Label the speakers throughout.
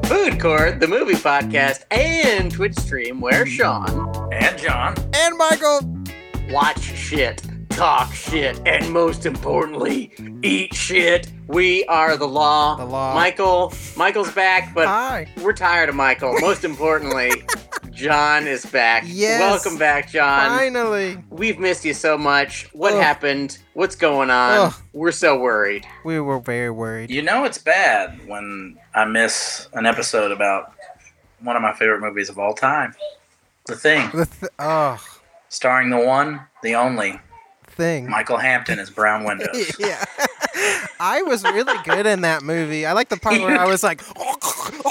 Speaker 1: Discord, the movie podcast, and Twitch stream where Sean
Speaker 2: And John.
Speaker 3: And Michael,
Speaker 1: watch shit, talk shit, and most importantly, eat shit. We are the law.
Speaker 3: The law.
Speaker 1: Michael, Michael's back, but
Speaker 3: hi.
Speaker 1: we're tired of Michael. Most importantly, John is back.
Speaker 3: Yes.
Speaker 1: Welcome back, John.
Speaker 3: Finally,
Speaker 1: We've missed you so much. What
Speaker 3: Ugh.
Speaker 1: happened? What's going on?
Speaker 3: Ugh.
Speaker 1: We're so worried.
Speaker 3: we were very worried.
Speaker 2: You know it's bad when I miss an episode about one of my favorite movies of all time. The Thing,
Speaker 3: The th- oh
Speaker 2: starring the one, the only,
Speaker 3: thing.
Speaker 2: Michael Hampton as Brown Windows.
Speaker 3: yeah, I was really good in that movie. I like the part where I was like,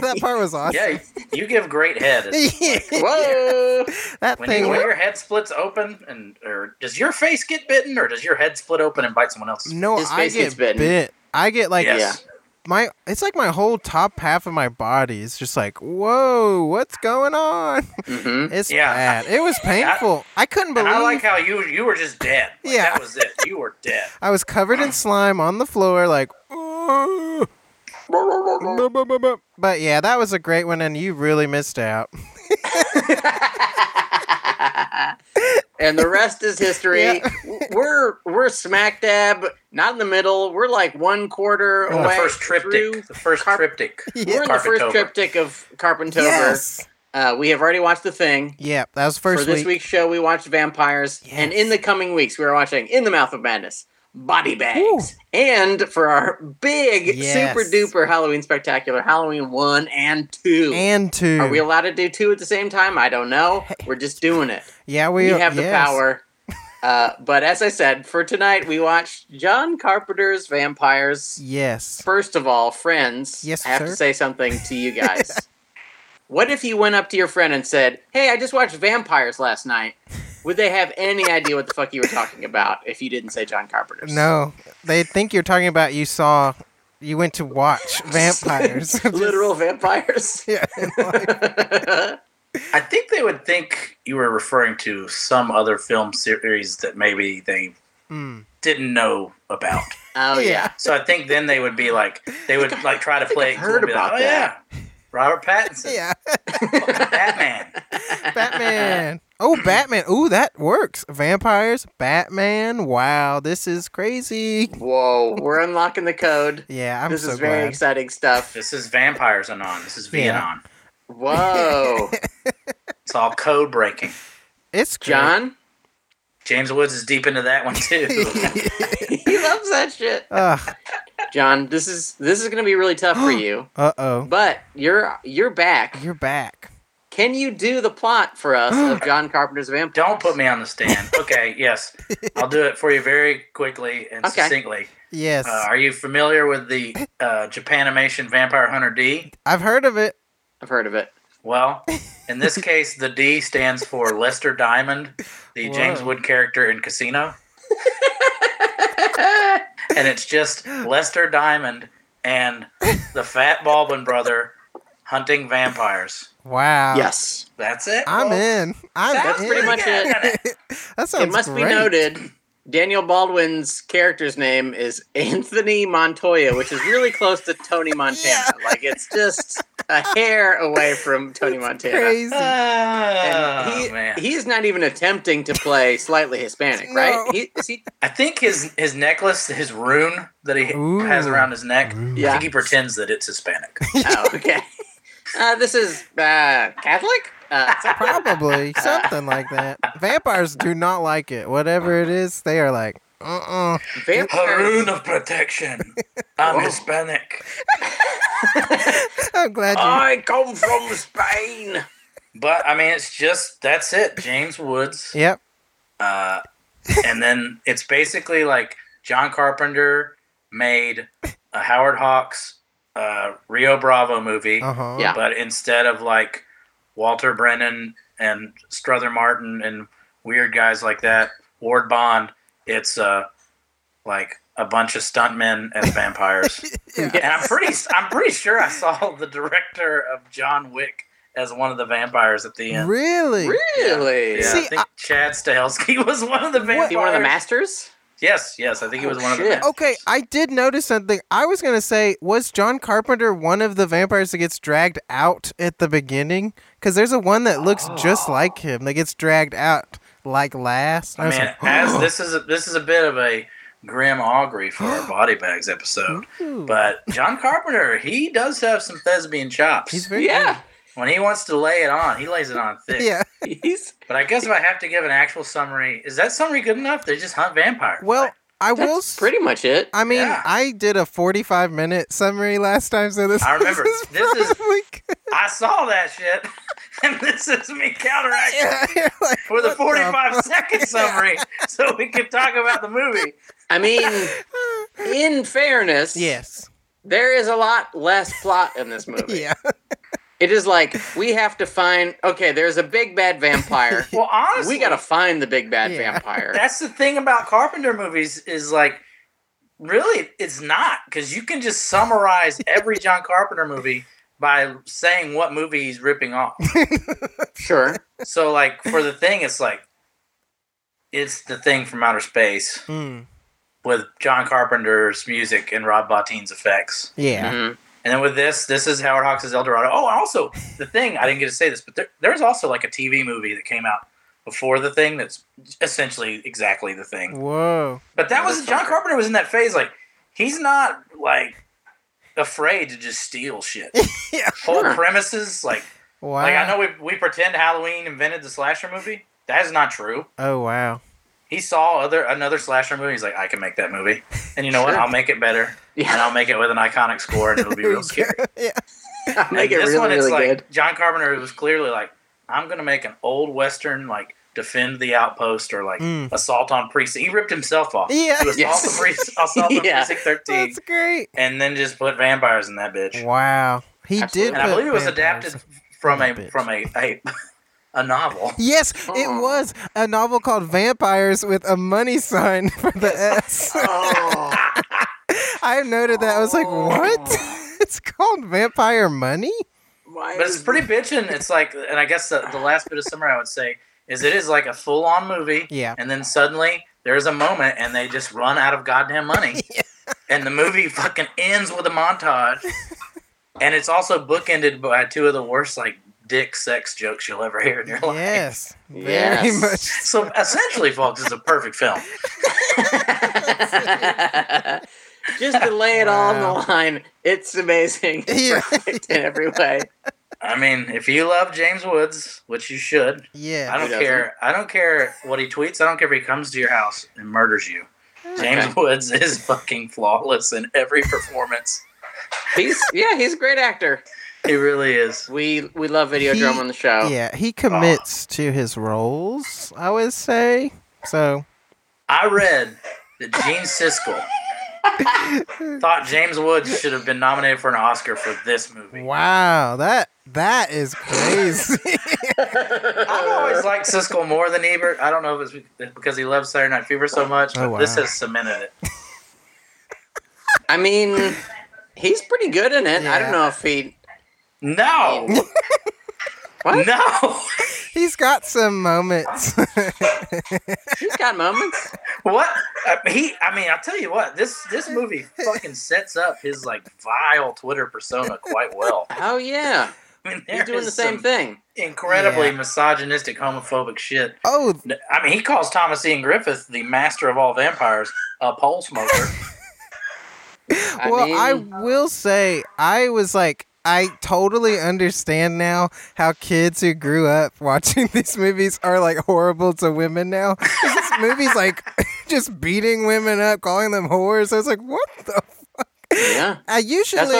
Speaker 3: that part was awesome.
Speaker 2: yeah, you give great head. It's-
Speaker 1: Whoa!
Speaker 3: that
Speaker 2: When,
Speaker 3: thing.
Speaker 2: you, when
Speaker 3: was-
Speaker 2: your head splits open, and or does your face get bitten, or does your head split open and bite someone else's?
Speaker 3: no,
Speaker 1: His
Speaker 3: I
Speaker 1: face gets
Speaker 3: get
Speaker 1: bitten.
Speaker 3: bit. I get like
Speaker 2: Yes.
Speaker 3: my. It's like my whole top half of my body is just like, whoa, what's going on?
Speaker 1: hmm
Speaker 3: It's
Speaker 2: Yeah.
Speaker 3: bad. It was painful. I, couldn't believe
Speaker 2: And I like how you you were just dead. Like,
Speaker 3: Yeah.
Speaker 2: that was it. You were dead.
Speaker 3: I was covered in slime on the floor, like. "Ooh." But yeah, that was a great one, and you really missed out.
Speaker 1: and the rest is history.
Speaker 3: Yeah.
Speaker 1: We're we're smack dab, not in the middle. We're like one quarter
Speaker 2: The
Speaker 1: away.
Speaker 2: first triptych.
Speaker 1: through-
Speaker 2: the first
Speaker 1: Carp-
Speaker 2: triptych.
Speaker 1: We're in the first
Speaker 2: Carpentober.
Speaker 1: triptych of Carpentober. Uh, we have already watched the thing.
Speaker 3: Yeah, that was first
Speaker 1: For this
Speaker 3: week.
Speaker 1: week's show, we watched Vampires, and
Speaker 3: Yes.
Speaker 1: in the coming weeks, we are watching In the Mouth of Madness, Body Bags, and for our big
Speaker 3: Yes.
Speaker 1: super duper Halloween spectacular, Halloween one and two.
Speaker 3: and two.
Speaker 1: Are we allowed to do two at the same time? I don't know. We're just doing it.
Speaker 3: yeah,
Speaker 1: We,
Speaker 3: we,
Speaker 1: have the
Speaker 3: yes.
Speaker 1: power. Uh, but as I said, for tonight, we watched John Carpenter's Vampires.
Speaker 3: Yes.
Speaker 1: First of all, friends,
Speaker 3: Yes,
Speaker 1: I have
Speaker 3: sir.
Speaker 1: to say something to you guys. what if you went up to your friend and said, Hey, I just watched Vampires last night? Would they have any idea what the fuck you were talking about if you didn't say John Carpenter's?
Speaker 3: No, they think you're talking about you saw, you went to watch vampires. Just-
Speaker 1: Literal vampires. Oh,
Speaker 3: Yeah. like-
Speaker 2: I think they would think you were referring to some other film series that maybe they
Speaker 3: mm.
Speaker 2: didn't know about.
Speaker 1: oh, yeah.
Speaker 2: So I think then they would be like, they would like try to play it
Speaker 1: I've
Speaker 2: cool
Speaker 1: heard
Speaker 2: and be like,
Speaker 1: about
Speaker 2: oh,
Speaker 1: that."
Speaker 2: yeah, Robert Pattinson,
Speaker 3: Yeah.
Speaker 2: Batman.
Speaker 3: Batman. Oh, Batman. Ooh, that works. Vampires, Batman. Wow, this is crazy.
Speaker 1: Whoa, we're unlocking the code.
Speaker 3: Yeah, I'm
Speaker 1: this
Speaker 3: so
Speaker 1: is very
Speaker 3: glad.
Speaker 1: exciting stuff.
Speaker 2: This is Vampires Anon. This is Vianon.
Speaker 3: Yeah.
Speaker 1: Whoa,
Speaker 2: It's all code breaking.
Speaker 3: It's great.
Speaker 1: John,
Speaker 2: James Woods is deep into that one too.
Speaker 1: he loves that shit.
Speaker 3: Ugh.
Speaker 1: John, this is this is gonna be really tough for you,
Speaker 3: Uh oh.
Speaker 1: but you're you're back.
Speaker 3: You're back.
Speaker 1: Can you do the plot for us of John Carpenter's Vampire?
Speaker 2: Don't put me on the stand. Okay, yes, I'll do it for you very quickly and
Speaker 1: Okay.
Speaker 2: succinctly.
Speaker 3: Yes.
Speaker 2: Uh, are you familiar with the uh, Japanimation Vampire Hunter D?
Speaker 3: I've heard of it.
Speaker 1: I've heard of it.
Speaker 2: Well, in this case, the D stands for Lester Diamond, the
Speaker 3: Whoa.
Speaker 2: James Wood character in Casino.
Speaker 3: Uh,
Speaker 2: and it's just Lester Diamond and the fat Baldwin brother hunting vampires.
Speaker 3: Wow.
Speaker 1: yes,
Speaker 2: That's it.
Speaker 3: I'm
Speaker 2: folks.
Speaker 3: in. I'm
Speaker 1: That's
Speaker 3: in.
Speaker 1: pretty much it.
Speaker 3: That sounds
Speaker 1: It must
Speaker 3: great.
Speaker 1: be noted. Daniel Baldwin's character's name is Anthony Montoya, which is really close to Tony Montana. Like it's just a hair away from Tony Montana.
Speaker 3: Crazy.
Speaker 2: Oh,
Speaker 1: And he,
Speaker 2: man.
Speaker 1: he's not even attempting to play slightly Hispanic,
Speaker 3: No.
Speaker 1: right? He, is he,
Speaker 2: I think his his necklace, his rune that he
Speaker 3: Ooh.
Speaker 2: has around his neck, I
Speaker 1: Yeah.
Speaker 2: think he pretends that it's Hispanic.
Speaker 1: oh, okay. Uh, this is uh, Catholic? Uh,
Speaker 3: Probably something like that. Vampires do not like it. Whatever it is, they are like, uh uh
Speaker 1: vampires.
Speaker 2: Harun of protection. I'm
Speaker 1: Whoa.
Speaker 2: Hispanic.
Speaker 3: I'm glad you.
Speaker 1: I come from Spain.
Speaker 2: But I mean, it's just that's it, James Woods.
Speaker 3: yep.
Speaker 2: Uh, and then it's basically like John Carpenter made a Howard Hawks uh, Rio Bravo movie,
Speaker 3: Uh huh.
Speaker 1: Yeah.
Speaker 2: but instead of like Walter Brennan and Struther Martin and weird guys like that, Ward Bond, it's uh, like a bunch of stuntmen as vampires. And I'm pretty, I'm pretty sure I saw the director of John Wick as one of the vampires at the end.
Speaker 3: Really?
Speaker 1: Really?
Speaker 2: Yeah,
Speaker 3: See,
Speaker 2: I think
Speaker 3: I-
Speaker 2: Chad Stahelski was one of the
Speaker 1: Is
Speaker 2: vampires.
Speaker 1: he one of the masters?
Speaker 2: Yes, yes. I think he was
Speaker 1: Oh,
Speaker 2: one of
Speaker 1: shit.
Speaker 2: the.
Speaker 3: Okay, I did notice something. I was gonna say, was John Carpenter one of the vampires that gets dragged out at the beginning? Because there's a one that looks just like
Speaker 1: Oh.
Speaker 3: him that gets dragged out like last. I was
Speaker 2: Man,
Speaker 3: like, oh.
Speaker 2: as this is a, this is a bit of a grim augury for our body bags episode,
Speaker 3: Ooh.
Speaker 2: but John Carpenter he does have some thespian chops.
Speaker 3: he's very
Speaker 1: Yeah,
Speaker 2: when he wants to lay it on, he lays it on thick.
Speaker 3: good. yeah.
Speaker 1: he's
Speaker 2: But I guess if I have to give an actual summary, is that summary good enough? They just hunt vampires.
Speaker 3: Well, I will.
Speaker 1: that's
Speaker 3: s-
Speaker 1: pretty much it.
Speaker 3: I mean,
Speaker 2: Yeah.
Speaker 3: I did a 45 minute summary last time, so this.
Speaker 2: I remember.
Speaker 3: This is,
Speaker 2: This is-
Speaker 3: probably good.
Speaker 2: I saw that shit, and this is me counteracting
Speaker 3: Yeah, you're like,
Speaker 2: for the
Speaker 3: what
Speaker 2: forty-five
Speaker 3: fuck?
Speaker 2: second summary, so we can talk about the movie.
Speaker 1: I mean, in fairness,
Speaker 3: yes.
Speaker 1: there is a lot less plot in this movie.
Speaker 3: Yeah.
Speaker 1: It is like we have to find. Okay, there's a big bad vampire.
Speaker 2: Well, honestly,
Speaker 1: we gotta find the big bad
Speaker 3: Yeah.
Speaker 1: vampire.
Speaker 2: That's the thing about Carpenter movies is like, really, it's not because you can just summarize every John Carpenter movie by saying what movie he's ripping off.
Speaker 1: sure.
Speaker 2: So, like for the thing, it's like, it's the thing from outer space
Speaker 3: Mm.
Speaker 2: with John Carpenter's music and Rob Bottin's effects.
Speaker 3: Yeah.
Speaker 1: Mhm.
Speaker 2: And then with this, this is Howard Hawks' El Dorado. Oh, also the thing I didn't get to say this, but there, there's also like a TV movie that came out before the thing that's essentially exactly the thing.
Speaker 3: Whoa.
Speaker 2: But that
Speaker 1: Yeah,
Speaker 2: was
Speaker 1: that's
Speaker 2: John
Speaker 1: not fair.
Speaker 2: Carpenter was in that phase. Like he's not like afraid to just steal shit.
Speaker 3: Yeah.
Speaker 2: Whole
Speaker 1: Sure.
Speaker 2: premises like
Speaker 3: Wow.
Speaker 2: like I know we we pretend Halloween invented the slasher movie. That is not true.
Speaker 3: Oh wow.
Speaker 2: He saw other another slasher movie. He's like, I can make that movie, and you know what?
Speaker 1: Sure.
Speaker 2: I'll make it better, and
Speaker 1: Yeah,
Speaker 2: I'll make it with an iconic score, and it'll be real scary.
Speaker 3: yeah.
Speaker 1: I'll make it
Speaker 2: And this
Speaker 1: really,
Speaker 2: one, it's
Speaker 1: really
Speaker 2: like
Speaker 1: good.
Speaker 2: John Carpenter was clearly like, I'm gonna make an old western like defend the outpost or like
Speaker 3: Mm.
Speaker 2: assault on precinct. He ripped himself off.
Speaker 3: Yeah.
Speaker 2: He was
Speaker 1: Yes.
Speaker 2: assault on precinct, assault on
Speaker 1: Yeah.
Speaker 2: precinct 13,
Speaker 3: That's great.
Speaker 2: and then just put vampires in that bitch.
Speaker 3: Wow. He
Speaker 1: Absolutely.
Speaker 3: did.
Speaker 2: And I
Speaker 3: put
Speaker 2: believe it was
Speaker 3: vampires-
Speaker 2: adapted from a
Speaker 3: that bitch.
Speaker 2: from a a, a novel.
Speaker 3: Yes,
Speaker 1: Oh.
Speaker 2: Mm.
Speaker 3: it was a novel called Vampires with a money sign for the S.
Speaker 1: Oh,
Speaker 3: I noted that. I was like,
Speaker 1: Oh.
Speaker 3: what? it's called Vampire Money?
Speaker 1: why
Speaker 2: But it's
Speaker 1: is-
Speaker 2: pretty bitchin'. It's like, and I guess the, the last bit of summary I would say is it is like a full on movie,
Speaker 3: Yeah.
Speaker 2: and then suddenly there's a moment and they just run out of goddamn money, and the movie fucking ends with a montage, and it's also bookended by two of the worst like dick sex jokes you'll ever hear in your life.
Speaker 3: Yes. Very
Speaker 1: Yes.
Speaker 3: much.
Speaker 2: So essentially, folks, it's a perfect film.
Speaker 1: Just to lay it all on
Speaker 3: Wow.
Speaker 1: the line, it's amazing. It's perfect
Speaker 3: Yeah.
Speaker 1: in every way.
Speaker 2: I mean, if you love James Woods, which you should, I
Speaker 3: Yeah.
Speaker 2: don't
Speaker 1: doesn't?
Speaker 2: care. I don't care what he tweets. I don't care if he comes to your house and murders you.
Speaker 3: Hmm.
Speaker 2: James
Speaker 1: Okay.
Speaker 2: Woods is fucking flawless in every performance.
Speaker 1: He's yeah, he's a great actor.
Speaker 2: He really is.
Speaker 1: We we love video
Speaker 3: He-
Speaker 1: drum on the show.
Speaker 3: Yeah. He commits to his roles, I would say. So,
Speaker 2: I read that Gene Siskel thought James Woods should have been nominated for an Oscar for this movie.
Speaker 3: wow. That that is crazy.
Speaker 2: I've always liked Siskel more than Ebert. I don't know if it's because he loves Saturday Night Fever so much, but
Speaker 3: Oh, wow.
Speaker 2: this has cemented it.
Speaker 1: I mean, he's pretty good in it. I
Speaker 3: Yeah.
Speaker 1: don't know if he
Speaker 2: No,
Speaker 1: What?
Speaker 2: no.
Speaker 3: He's got some moments.
Speaker 1: he's got moments.
Speaker 2: What uh, he? I mean, I'll tell you what. This this movie fucking sets up his like vile Twitter persona quite well.
Speaker 1: Oh yeah.
Speaker 2: I mean,
Speaker 1: He's
Speaker 2: there
Speaker 1: doing
Speaker 2: is
Speaker 1: the same
Speaker 2: some
Speaker 1: thing.
Speaker 2: Incredibly
Speaker 3: Yeah.
Speaker 2: misogynistic, homophobic shit.
Speaker 3: oh,
Speaker 2: I mean, he calls Thomas Ian Griffith the master of all vampires, a pole smoker.
Speaker 1: I
Speaker 3: well,
Speaker 1: mean,
Speaker 3: I will say, I was like, I totally understand now how kids who grew up watching these movies are like horrible to women now. 'Cause This movie's like just beating women up, calling them whores. I was like, what the? F-?
Speaker 1: yeah.
Speaker 3: I usually.
Speaker 1: That's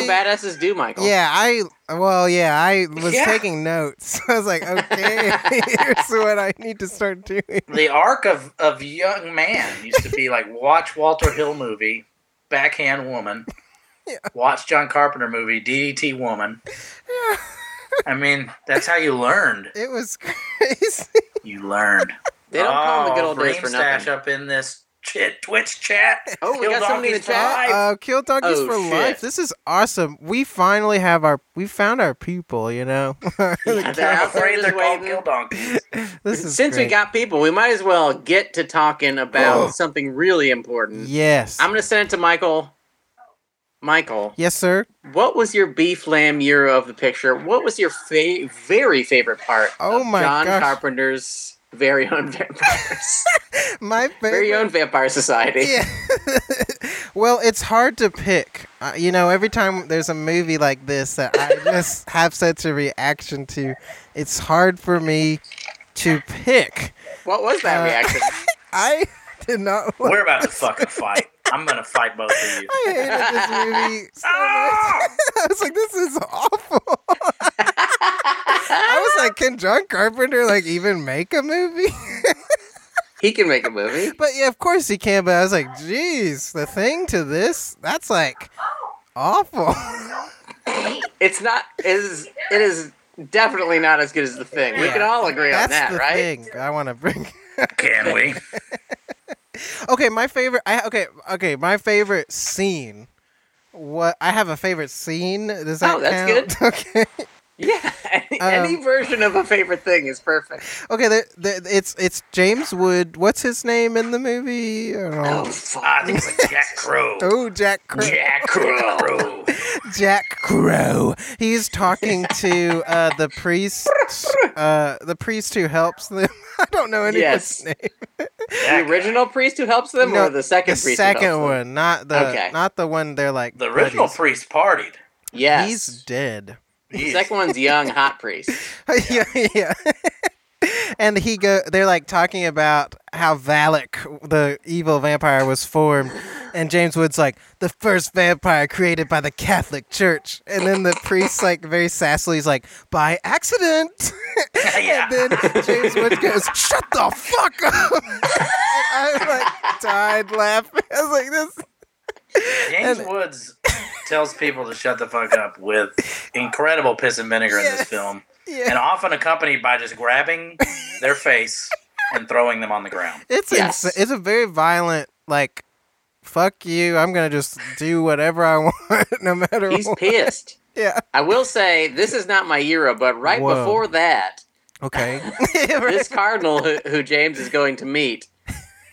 Speaker 1: what badasses do, Michael.
Speaker 3: Yeah, I well, yeah, I was
Speaker 2: Yeah.
Speaker 3: taking notes. I was like, okay, here's what I need to start doing.
Speaker 2: the arc of, of young man used to be like watch Walter Hill movie, backhand woman,
Speaker 3: Yeah.
Speaker 2: watch John Carpenter movie, DDT woman. I mean, that's how you learned.
Speaker 3: It was crazy.
Speaker 2: You learned.
Speaker 1: They don't call them the
Speaker 2: Oh,
Speaker 1: good old days
Speaker 2: Green
Speaker 1: for
Speaker 2: Stash
Speaker 1: nothing.
Speaker 2: up in this Chit Twitch chat.
Speaker 1: Oh, we
Speaker 2: Kill
Speaker 1: got somebody in the
Speaker 2: Donkeys
Speaker 1: chat?
Speaker 2: Live.
Speaker 3: Uh, kill donkeys
Speaker 1: Oh,
Speaker 3: for
Speaker 1: shit.
Speaker 3: life. This is awesome. We finally have our we found our people. You know,
Speaker 1: Yeah, they're
Speaker 2: I'm
Speaker 1: out there
Speaker 2: afraid
Speaker 1: just
Speaker 2: they're called
Speaker 1: waiting.
Speaker 2: kill donkeys.
Speaker 3: this is
Speaker 1: Since we
Speaker 3: great.
Speaker 1: got people, we might as well get to talking about
Speaker 3: Oh.
Speaker 1: something really important.
Speaker 3: yes,
Speaker 1: I'm gonna send it to Michael. Michael,
Speaker 3: yes, sir.
Speaker 1: what was your beef lamb euro of the picture? What was your fa- very favorite part?
Speaker 3: Oh
Speaker 1: of
Speaker 3: my
Speaker 1: John
Speaker 3: gosh.
Speaker 1: Carpenter's very own vampires,
Speaker 3: My favorite.
Speaker 1: very own vampire society.
Speaker 3: Yeah. well, it's hard to pick. Uh, you know, every time there's a movie like this that I just have such a reaction to, it's hard for me to pick.
Speaker 1: What was that
Speaker 3: Uh,
Speaker 1: reaction?
Speaker 3: I did not. Like,
Speaker 2: We're about to fucking fight. I'm gonna fight both of you.
Speaker 3: I hated this movie so much.
Speaker 2: Ah!
Speaker 3: I was like, this is awful. I was like, can John Carpenter like even make a movie?
Speaker 1: he can make a movie.
Speaker 3: but yeah, of course he can. But I was like, geez, the thing to this, that's like awful.
Speaker 1: It's not it is it is definitely not as good as the thing. We
Speaker 3: Yeah.
Speaker 1: can all agree
Speaker 3: that's
Speaker 1: on that,
Speaker 3: the
Speaker 1: right?
Speaker 3: thing I want to bring.
Speaker 2: Can we?
Speaker 3: Okay, my favorite. I okay, okay, my favorite scene. What I have a favorite scene. Does that
Speaker 1: Oh, that's
Speaker 3: count? good. Okay,
Speaker 1: Yeah, any, any
Speaker 3: Um,
Speaker 1: version of a favorite thing is perfect.
Speaker 3: okay. There, there, it's it's James Wood. What's his name in the movie? I don't
Speaker 1: Oh
Speaker 3: know.
Speaker 2: Ah, I
Speaker 1: fuck!
Speaker 2: think it's like Jack Crow.
Speaker 3: Oh, Jack Crow.
Speaker 2: Jack Crow.
Speaker 3: Jack Crow. He's talking to uh, the priest. Uh, the priest who helps them. I don't know anyone's
Speaker 1: Yes.
Speaker 3: name.
Speaker 1: The
Speaker 2: Jack,
Speaker 1: original priest who helps them,
Speaker 3: No,
Speaker 1: or the second
Speaker 3: The
Speaker 1: priest? who
Speaker 3: second
Speaker 1: helps Them?
Speaker 3: one, not the
Speaker 1: Okay.
Speaker 3: not the one they're like.
Speaker 2: the original
Speaker 3: buddies.
Speaker 2: priest partied.
Speaker 1: Yes.
Speaker 3: He's dead.
Speaker 1: The
Speaker 2: Jeez.
Speaker 1: second one's young hot priest.
Speaker 3: yeah, yeah. and he go. They're like talking about how Valak, the evil vampire, was formed, and James Wood's like the first vampire created by the Catholic Church, and then the priest like very sassily is like by accident,
Speaker 2: Yeah.
Speaker 3: and then James Wood goes shut the fuck up, and I like died laughing. I was like this.
Speaker 2: James
Speaker 3: And-
Speaker 2: Woods tells people to shut the fuck up with incredible piss and vinegar in
Speaker 3: Yeah.
Speaker 2: this film,
Speaker 3: Yeah,
Speaker 2: and often accompanied by just grabbing their face and throwing them on the ground.
Speaker 3: It's
Speaker 1: Yes.
Speaker 3: insa- it's a very violent like fuck you. I'm gonna just do whatever I want no matter
Speaker 1: He's
Speaker 3: what.
Speaker 1: pissed.
Speaker 3: yeah.
Speaker 1: I will say this is not my era, but right
Speaker 3: Whoa.
Speaker 1: before that,
Speaker 3: Okay.
Speaker 1: this cardinal who, who James is going to meet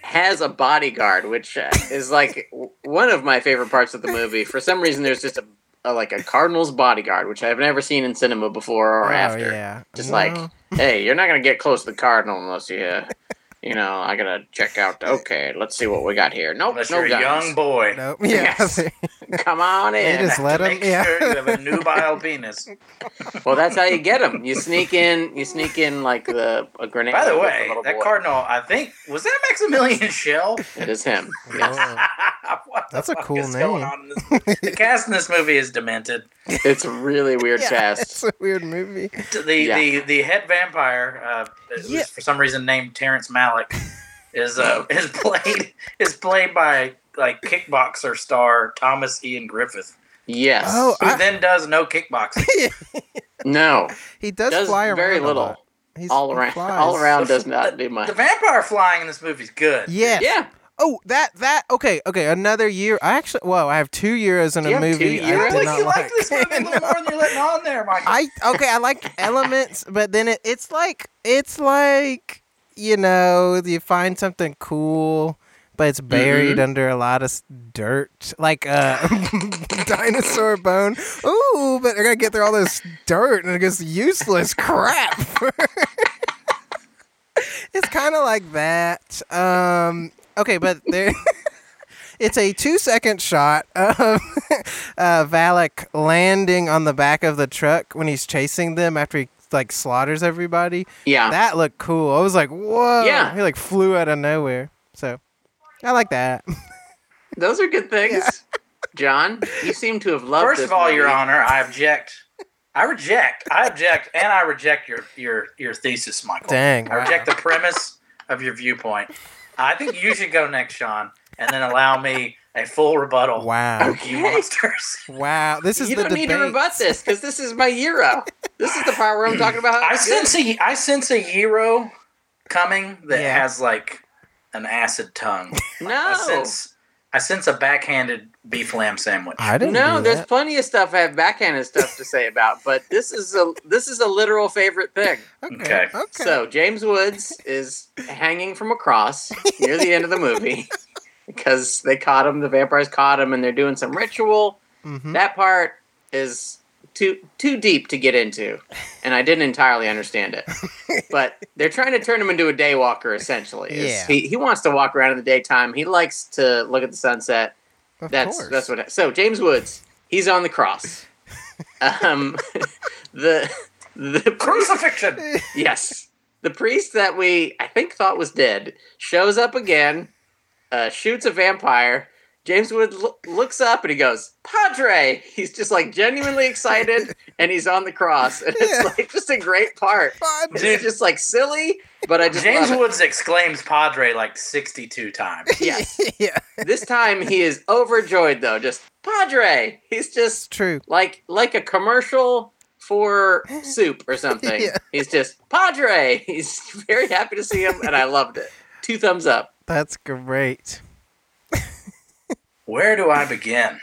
Speaker 1: has a bodyguard, which uh, is like w- one of my favorite parts of the movie. For some reason, there's just a, a like a cardinal's bodyguard, which I've never seen in cinema before or
Speaker 3: Oh,
Speaker 1: after.
Speaker 3: Yeah.
Speaker 1: Just
Speaker 3: No.
Speaker 1: like, hey, you're not gonna get close to the cardinal unless you, uh, you know, I gotta check out. Okay, let's see what we got here. Nope,
Speaker 2: Unless
Speaker 1: no
Speaker 2: you're a
Speaker 1: guns.
Speaker 2: young boy,
Speaker 3: Nope. Yeah.
Speaker 1: Yes. Come on in.
Speaker 3: They just let him.
Speaker 2: make sure
Speaker 3: Yeah.
Speaker 2: you have a nubile penis.
Speaker 1: Well, that's how you get them. You sneak in. You sneak in like the a grenade.
Speaker 2: By the
Speaker 1: with
Speaker 2: way,
Speaker 1: little
Speaker 2: that
Speaker 1: boy.
Speaker 2: cardinal, I think, was that Maximilian Schell?
Speaker 1: It is him.
Speaker 3: Whoa.
Speaker 2: What the
Speaker 3: That's a
Speaker 2: fuck
Speaker 3: cool
Speaker 2: is going
Speaker 3: name.
Speaker 2: on in this- the cast in this movie is demented.
Speaker 1: It's a really weird
Speaker 3: Yeah,
Speaker 1: cast.
Speaker 3: It's a weird movie.
Speaker 2: The the the head vampire, uh, who's
Speaker 3: Yeah.
Speaker 2: for some reason named Terrence Malick, is uh, is played is played by like kickboxer star Thomas Ian Griffith,
Speaker 1: Yes.
Speaker 3: Oh,
Speaker 2: who
Speaker 3: I-
Speaker 2: then does no kickboxing.
Speaker 1: no.
Speaker 3: He does,
Speaker 1: Does
Speaker 3: fly around.
Speaker 1: very
Speaker 3: a
Speaker 1: little.
Speaker 3: lot. He's,
Speaker 1: All
Speaker 3: he
Speaker 1: around.
Speaker 3: flies.
Speaker 1: All around
Speaker 2: The-
Speaker 1: does not do much.
Speaker 2: The vampire flying in this movie's good.
Speaker 3: Yes.
Speaker 1: Yeah.
Speaker 3: Oh, that that okay okay another year. I actually well I have two euros in
Speaker 1: You
Speaker 3: a
Speaker 1: have two
Speaker 3: movie. I
Speaker 1: euros?
Speaker 3: did
Speaker 2: I
Speaker 3: not
Speaker 2: feel like you
Speaker 3: like.
Speaker 2: like this movie a little more than you're letting on there, Michael.
Speaker 3: I okay, I like elements, but then it, it's like it's like you know, you find something cool, but it's buried under a lot of s- dirt, like uh, dinosaur bone. Ooh, but I gotta get through all this dirt and it gets useless crap. it's kind of like that. Um, okay, but there. It's a two second shot of uh, Valak landing on the back of the truck when he's chasing them after he like slaughters everybody.
Speaker 1: Yeah.
Speaker 3: That looked cool. I was like, whoa.
Speaker 1: Ah. Yeah.
Speaker 3: He like flew out of nowhere. So I like that.
Speaker 1: Those are good things. John, you seem to have loved.
Speaker 2: First
Speaker 1: this
Speaker 2: of all,
Speaker 1: movie.
Speaker 2: Your Honor, I object. I reject. I object, and I reject your your your thesis, Michael.
Speaker 3: Dang.
Speaker 2: I reject the premise of your viewpoint. I think you should go next, Sean, and then allow me a full rebuttal.
Speaker 3: Wow.
Speaker 2: You monsters.
Speaker 3: Wow. This is
Speaker 1: You
Speaker 3: the
Speaker 1: don't
Speaker 3: debate.
Speaker 1: need to rebut this because this is my euro. This is the part where I'm talking about. How
Speaker 2: I
Speaker 1: it's good.
Speaker 2: sense a I sense a hero coming that
Speaker 3: Yeah.
Speaker 2: has like an acid tongue. I
Speaker 1: No,
Speaker 2: sense I sense a backhanded beef lamb sandwich.
Speaker 3: I didn't
Speaker 1: no.
Speaker 3: do
Speaker 1: There's
Speaker 3: that.
Speaker 1: plenty of stuff I have backhanded stuff to say about, but this is a this is a literal favorite thing.
Speaker 2: Okay.
Speaker 3: Okay. Okay.
Speaker 1: So James Woods is hanging from a cross near the end of the movie because they caught him. The vampires caught him, and they're doing some ritual.
Speaker 3: Mhm.
Speaker 1: That part is too too deep to get into, and I didn't entirely understand it. but they're trying to turn him into a day walker, essentially. Is-
Speaker 3: Yeah.
Speaker 1: He, he wants to walk around in the daytime. He likes to look at the sunset.
Speaker 3: Of
Speaker 1: that's
Speaker 3: course.
Speaker 1: that's what. So James Woods, he's on the cross. um, the the
Speaker 2: Crucifixion.
Speaker 1: Yes. The priest that we, I think, thought was dead shows up again, uh, shoots a vampire. James Wood lo- looks up and he goes, Padre! He's just like genuinely excited and he's on the cross. And it's
Speaker 3: Yeah.
Speaker 1: like just a great part.
Speaker 3: Fun.
Speaker 1: And It's just like silly, but I just
Speaker 2: James
Speaker 1: love
Speaker 2: Woods exclaims Padre like 62 times.
Speaker 1: it. Yes.
Speaker 3: yeah.
Speaker 1: This time he is overjoyed though, just Padre! He's
Speaker 3: It's
Speaker 1: just
Speaker 3: true.
Speaker 1: like like a commercial for soup or something.
Speaker 3: Yeah.
Speaker 1: He's just Padre. He's very happy to see him, and I loved it. Two thumbs up.
Speaker 3: That's great.
Speaker 2: Where do I begin?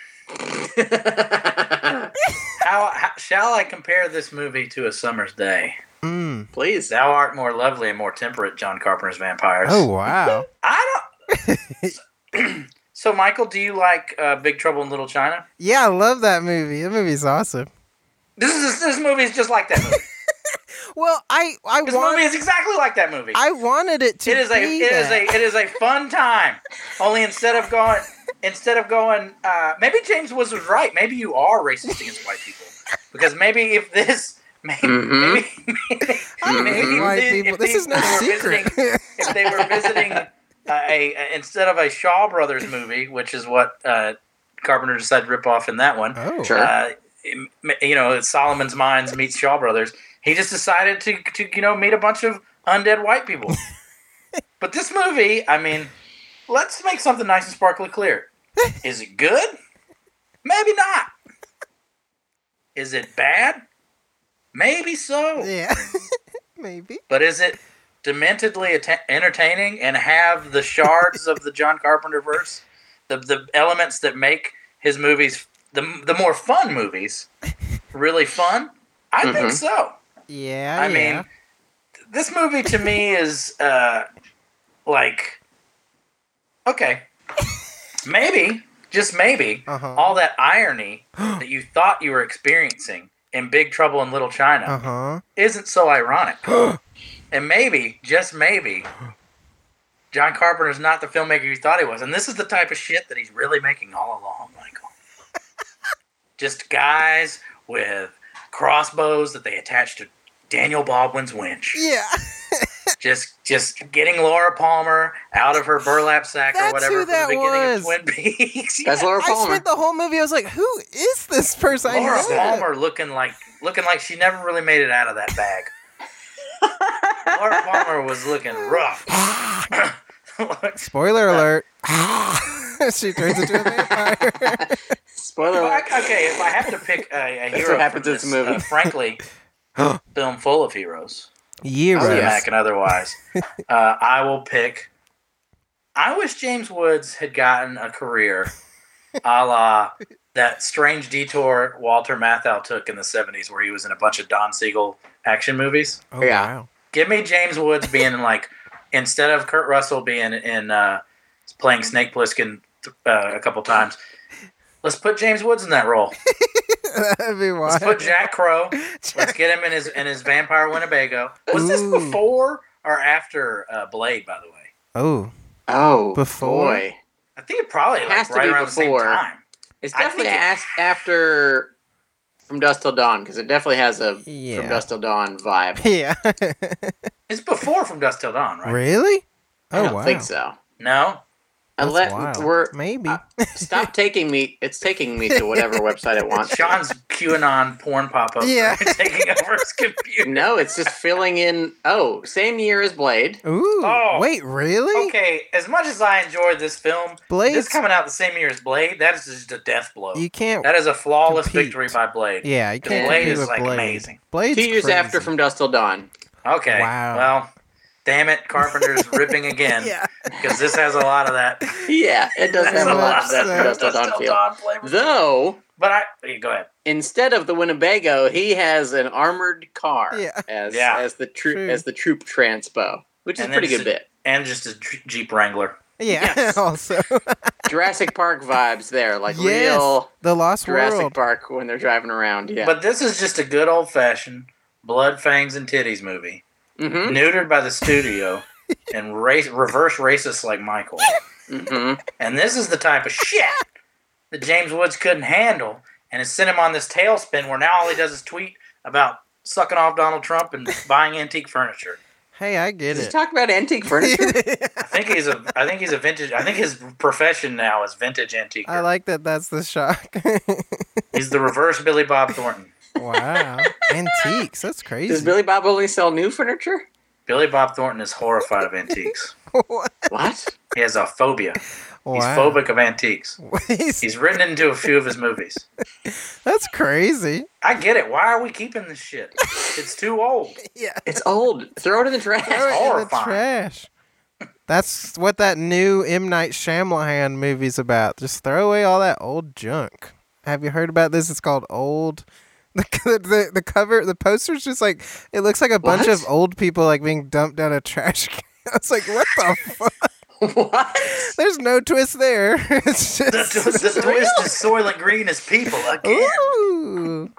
Speaker 2: How, how shall I compare this movie to A Summer's Day?
Speaker 3: Mm.
Speaker 1: Please.
Speaker 2: Thou art more lovely and more temperate, John Carpenter's vampires.
Speaker 3: Oh wow.
Speaker 2: I don't. so, Michael, do you like uh, Big Trouble in Little China?
Speaker 3: yeah, I love that movie. That movie's awesome.
Speaker 2: This is this movie is just like that movie.
Speaker 3: Well, I I
Speaker 2: This
Speaker 3: want,
Speaker 2: movie is exactly like that movie.
Speaker 3: I wanted it to
Speaker 2: it is a
Speaker 3: be
Speaker 2: it is
Speaker 3: that.
Speaker 2: a it is a fun time. Only instead of going instead of going, uh, maybe James Woods was right. Maybe you are racist against white people because maybe if this maybe
Speaker 1: Mhm.
Speaker 2: maybe,
Speaker 3: I'm
Speaker 1: Mhm.
Speaker 3: with white
Speaker 2: if the-
Speaker 3: people.
Speaker 2: if
Speaker 3: This
Speaker 2: the-
Speaker 3: is no
Speaker 2: if they were
Speaker 3: secret.
Speaker 2: visiting- if they were visiting uh, a, a- instead of a Shaw Brothers movie, which is what uh, Carpenter decided to rip off in that one.
Speaker 3: oh.
Speaker 1: Sure.
Speaker 2: Uh, m- you know, it's Solomon's Mines meets Shaw Brothers. He just decided to, to you know, meet a bunch of undead white people. but this movie, I mean, let's make something nice and sparkly clear. Is it good? Maybe not. Is it bad? Maybe so.
Speaker 3: Yeah. Maybe.
Speaker 2: But is it dementedly atta entertaining and have the shards of the John Carpenter verse, the the elements that make his movies the the more fun movies really fun? I think
Speaker 1: Mhm.
Speaker 2: so.
Speaker 3: Yeah.
Speaker 2: I
Speaker 3: Oh, yeah.
Speaker 2: mean, this movie to me is uh, like okay, maybe just maybe
Speaker 3: Uh-huh.
Speaker 2: all that irony that you thought you were experiencing in Big Trouble in Little China
Speaker 3: Uh huh.
Speaker 2: isn't so ironic. and maybe, just maybe, John Carpenter's not the filmmaker you thought he was. And this is the type of shit that he's really making all along, Michael. just guys with crossbows that they attach to Daniel Baldwin's winch.
Speaker 3: Yeah.
Speaker 2: just just getting Laura Palmer out of her burlap sack
Speaker 3: That's
Speaker 2: or whatever
Speaker 3: who
Speaker 2: from
Speaker 3: that
Speaker 2: the beginning
Speaker 3: was.
Speaker 2: of Twin Peaks.
Speaker 1: That's Laura
Speaker 3: I
Speaker 1: Palmer.
Speaker 3: spent the whole movie. I was like, "Who is this person?" I
Speaker 2: Laura
Speaker 3: know that.
Speaker 2: Palmer looking like looking like she never really made it out of that bag. Laura Palmer was looking rough.
Speaker 3: Spoiler alert. she turns into a vampire.
Speaker 1: Spoiler
Speaker 2: Well,
Speaker 1: alert.
Speaker 2: I- okay, if I have to pick a, a
Speaker 1: That's
Speaker 2: hero,
Speaker 1: what happens in
Speaker 2: from
Speaker 1: this
Speaker 2: this,
Speaker 1: movie.
Speaker 2: uh, frankly, film full of heroes,
Speaker 3: Heroes.
Speaker 1: Yes.
Speaker 2: Mac and otherwise, uh, I will pick. I wish James Woods had gotten a career, a la that strange detour Walter Matthau took in the '70s, where he was in a bunch of Don Siegel action movies.
Speaker 3: Oh,
Speaker 1: Yeah.
Speaker 3: wow.
Speaker 2: Give me James Woods being in, like instead of Kurt Russell being in uh, playing Snake Plissken uh, a couple times. Let's put James Woods in that role.
Speaker 3: That'd be wild.
Speaker 2: Let's put Jack Crow. Let's get him in his in his vampire Winnebago. Was this
Speaker 3: Ooh.
Speaker 2: before or after uh, Blade? By the way,
Speaker 3: Oh,
Speaker 1: oh,
Speaker 3: Before?
Speaker 1: boy.
Speaker 2: I think it probably
Speaker 1: It
Speaker 2: like,
Speaker 1: has to
Speaker 2: right
Speaker 1: be
Speaker 2: around
Speaker 1: before.
Speaker 2: the same time.
Speaker 1: It's
Speaker 2: I
Speaker 1: definitely
Speaker 2: think it-
Speaker 1: asked after From Dusk Till Dawn because it definitely has a From
Speaker 3: Yeah.
Speaker 1: Dusk Till Dawn vibe.
Speaker 3: yeah.
Speaker 2: It's before From Dusk Till Dawn, right?
Speaker 3: Really? Oh,
Speaker 1: I don't
Speaker 3: wow.
Speaker 1: think so.
Speaker 2: No,
Speaker 3: That's
Speaker 1: Unless
Speaker 3: wild.
Speaker 1: we're
Speaker 3: Maybe.
Speaker 1: uh, stop taking me. It's taking me to whatever website it wants.
Speaker 2: Sean's QAnon porn pop up
Speaker 3: Yeah.
Speaker 2: taking over his computer.
Speaker 1: No, it's just filling in. Oh, same year as Blade.
Speaker 3: Ooh.
Speaker 2: Oh.
Speaker 3: Wait, really?
Speaker 2: Okay, as much as I enjoyed this film,
Speaker 3: Blade's-
Speaker 2: this coming out the same year as Blade, that is just a death blow.
Speaker 3: You can't.
Speaker 2: that is a flawless
Speaker 3: compete.
Speaker 2: victory by Blade.
Speaker 3: Yeah, you
Speaker 2: The
Speaker 3: can't
Speaker 2: Blade
Speaker 3: compete
Speaker 2: is
Speaker 3: with
Speaker 2: like
Speaker 3: Blade.
Speaker 2: amazing.
Speaker 3: Blade's
Speaker 1: Two years
Speaker 3: crazy.
Speaker 1: after From Dusk Till Dawn.
Speaker 2: Okay.
Speaker 3: Wow.
Speaker 2: Well, Damn it, Carpenter's ripping again. Because this has a lot of that.
Speaker 1: Yeah, it does
Speaker 2: That's
Speaker 1: have a lot of that
Speaker 3: That's-
Speaker 1: Dust
Speaker 2: Dust
Speaker 1: Till Dawn
Speaker 2: Till
Speaker 1: feel.
Speaker 2: Dawn flavor.
Speaker 1: Though
Speaker 2: But I yeah, go ahead.
Speaker 1: instead of the Winnebago, he has an armored car
Speaker 3: Yeah.
Speaker 1: as
Speaker 2: Yeah.
Speaker 1: as the troop
Speaker 3: True.
Speaker 1: as the troop transpo, which is
Speaker 2: And
Speaker 1: a pretty
Speaker 2: then
Speaker 1: good bit.
Speaker 2: And just a J- Jeep Wrangler.
Speaker 3: Yeah.
Speaker 1: Yes.
Speaker 3: also,
Speaker 1: Jurassic Park vibes there, like
Speaker 3: Yes.
Speaker 1: real
Speaker 3: the Lost
Speaker 1: Jurassic
Speaker 3: World.
Speaker 1: Park when they're driving around. Yeah.
Speaker 2: But this is just a good old fashioned blood, fangs, and titties movie.
Speaker 1: mm-hmm.
Speaker 2: Neutered by the studio and race, reverse racist like Michael.
Speaker 1: Mm-hmm.
Speaker 2: And this is the type of shit that James Woods couldn't handle and it sent him on this tailspin where now all he does is tweet about sucking off Donald Trump and buying antique furniture.
Speaker 3: Hey, I get
Speaker 1: Does he
Speaker 3: it.
Speaker 1: talk about antique furniture?
Speaker 2: I think he's a I think he's a vintage I think his profession now is vintage antique.
Speaker 3: I like that. That's the shock.
Speaker 2: he's the reverse Billy Bob Thornton.
Speaker 3: wow, antiques. That's crazy.
Speaker 1: Does Billy Bob only sell new furniture?
Speaker 2: Billy Bob Thornton is horrified of antiques.
Speaker 3: wow.
Speaker 1: What?
Speaker 2: He has a phobia. He's phobic of antiques.
Speaker 3: He's-
Speaker 2: He's written into a few of his movies.
Speaker 3: that's crazy.
Speaker 2: I get it. Why are we keeping this shit? It's too old.
Speaker 3: Yeah.
Speaker 1: It's old. Throw it in the
Speaker 3: Throw
Speaker 1: trash.
Speaker 3: it in the
Speaker 2: horrifying.
Speaker 3: trash. That's what that new M Night Shyamalan movie's about. Just throw away all that old junk. Have you heard about this? It's called Old. The, the, the cover, the poster's just like it looks like a bunch of
Speaker 1: What?
Speaker 3: old people like being dumped down a trash can. It's like what the fuck?
Speaker 1: what?
Speaker 3: There's no twist there. It's just
Speaker 2: The, the twist is Soylent Green is people again.
Speaker 3: Ooh.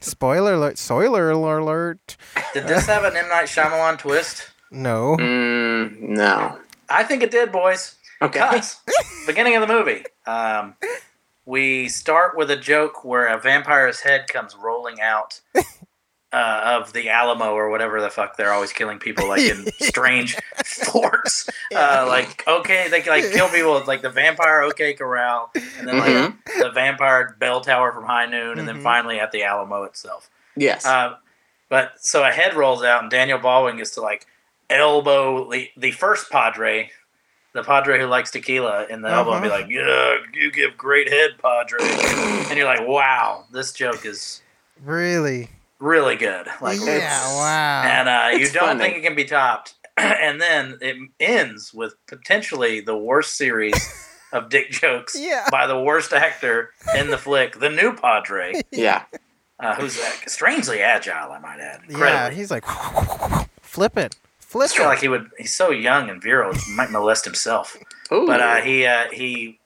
Speaker 3: Spoiler alert! Spoiler alert!
Speaker 2: Did this have an M Night Shyamalan twist?
Speaker 3: No.
Speaker 1: Mm, no.
Speaker 2: I think it did, boys.
Speaker 1: Okay.
Speaker 2: Because beginning of the movie, um, we start with a joke where a vampire's head comes rolling out uh, of the Alamo or whatever the fuck they're always killing people like in strange forts. Uh, like okay, they can like kill people with like the vampire OK Corral, and then like
Speaker 1: Mhm.
Speaker 2: the vampire bell tower from High Noon, and then
Speaker 3: Mhm.
Speaker 2: finally at the Alamo itself.
Speaker 1: Yes.
Speaker 2: Uh, but so a head rolls out, and Daniel Baldwin gets to like elbow the, the first Padre, the Padre who likes tequila, in the elbow and be
Speaker 3: Uh-huh.
Speaker 2: like, "Yeah, you give great head, Padre," and you're like, "Wow, this joke is
Speaker 3: Really?
Speaker 2: really good." Like,
Speaker 3: yeah.
Speaker 1: it's-
Speaker 3: Wow.
Speaker 2: and uh, you
Speaker 1: It's
Speaker 2: don't
Speaker 1: funny.
Speaker 2: think it can be topped. and then it ends with potentially the worst series of dick jokes
Speaker 3: Yeah.
Speaker 2: by the worst actor in the flick, the new Padre
Speaker 1: yeah.
Speaker 2: uh, who's uh, strangely agile, I might add.
Speaker 3: Yeah,
Speaker 2: Incredibly.
Speaker 3: he's like flip it, flip
Speaker 2: I feel like
Speaker 3: it.
Speaker 2: he would. He's so young and virile, he might molest himself.
Speaker 1: Ooh.
Speaker 2: But uh, he uh, he,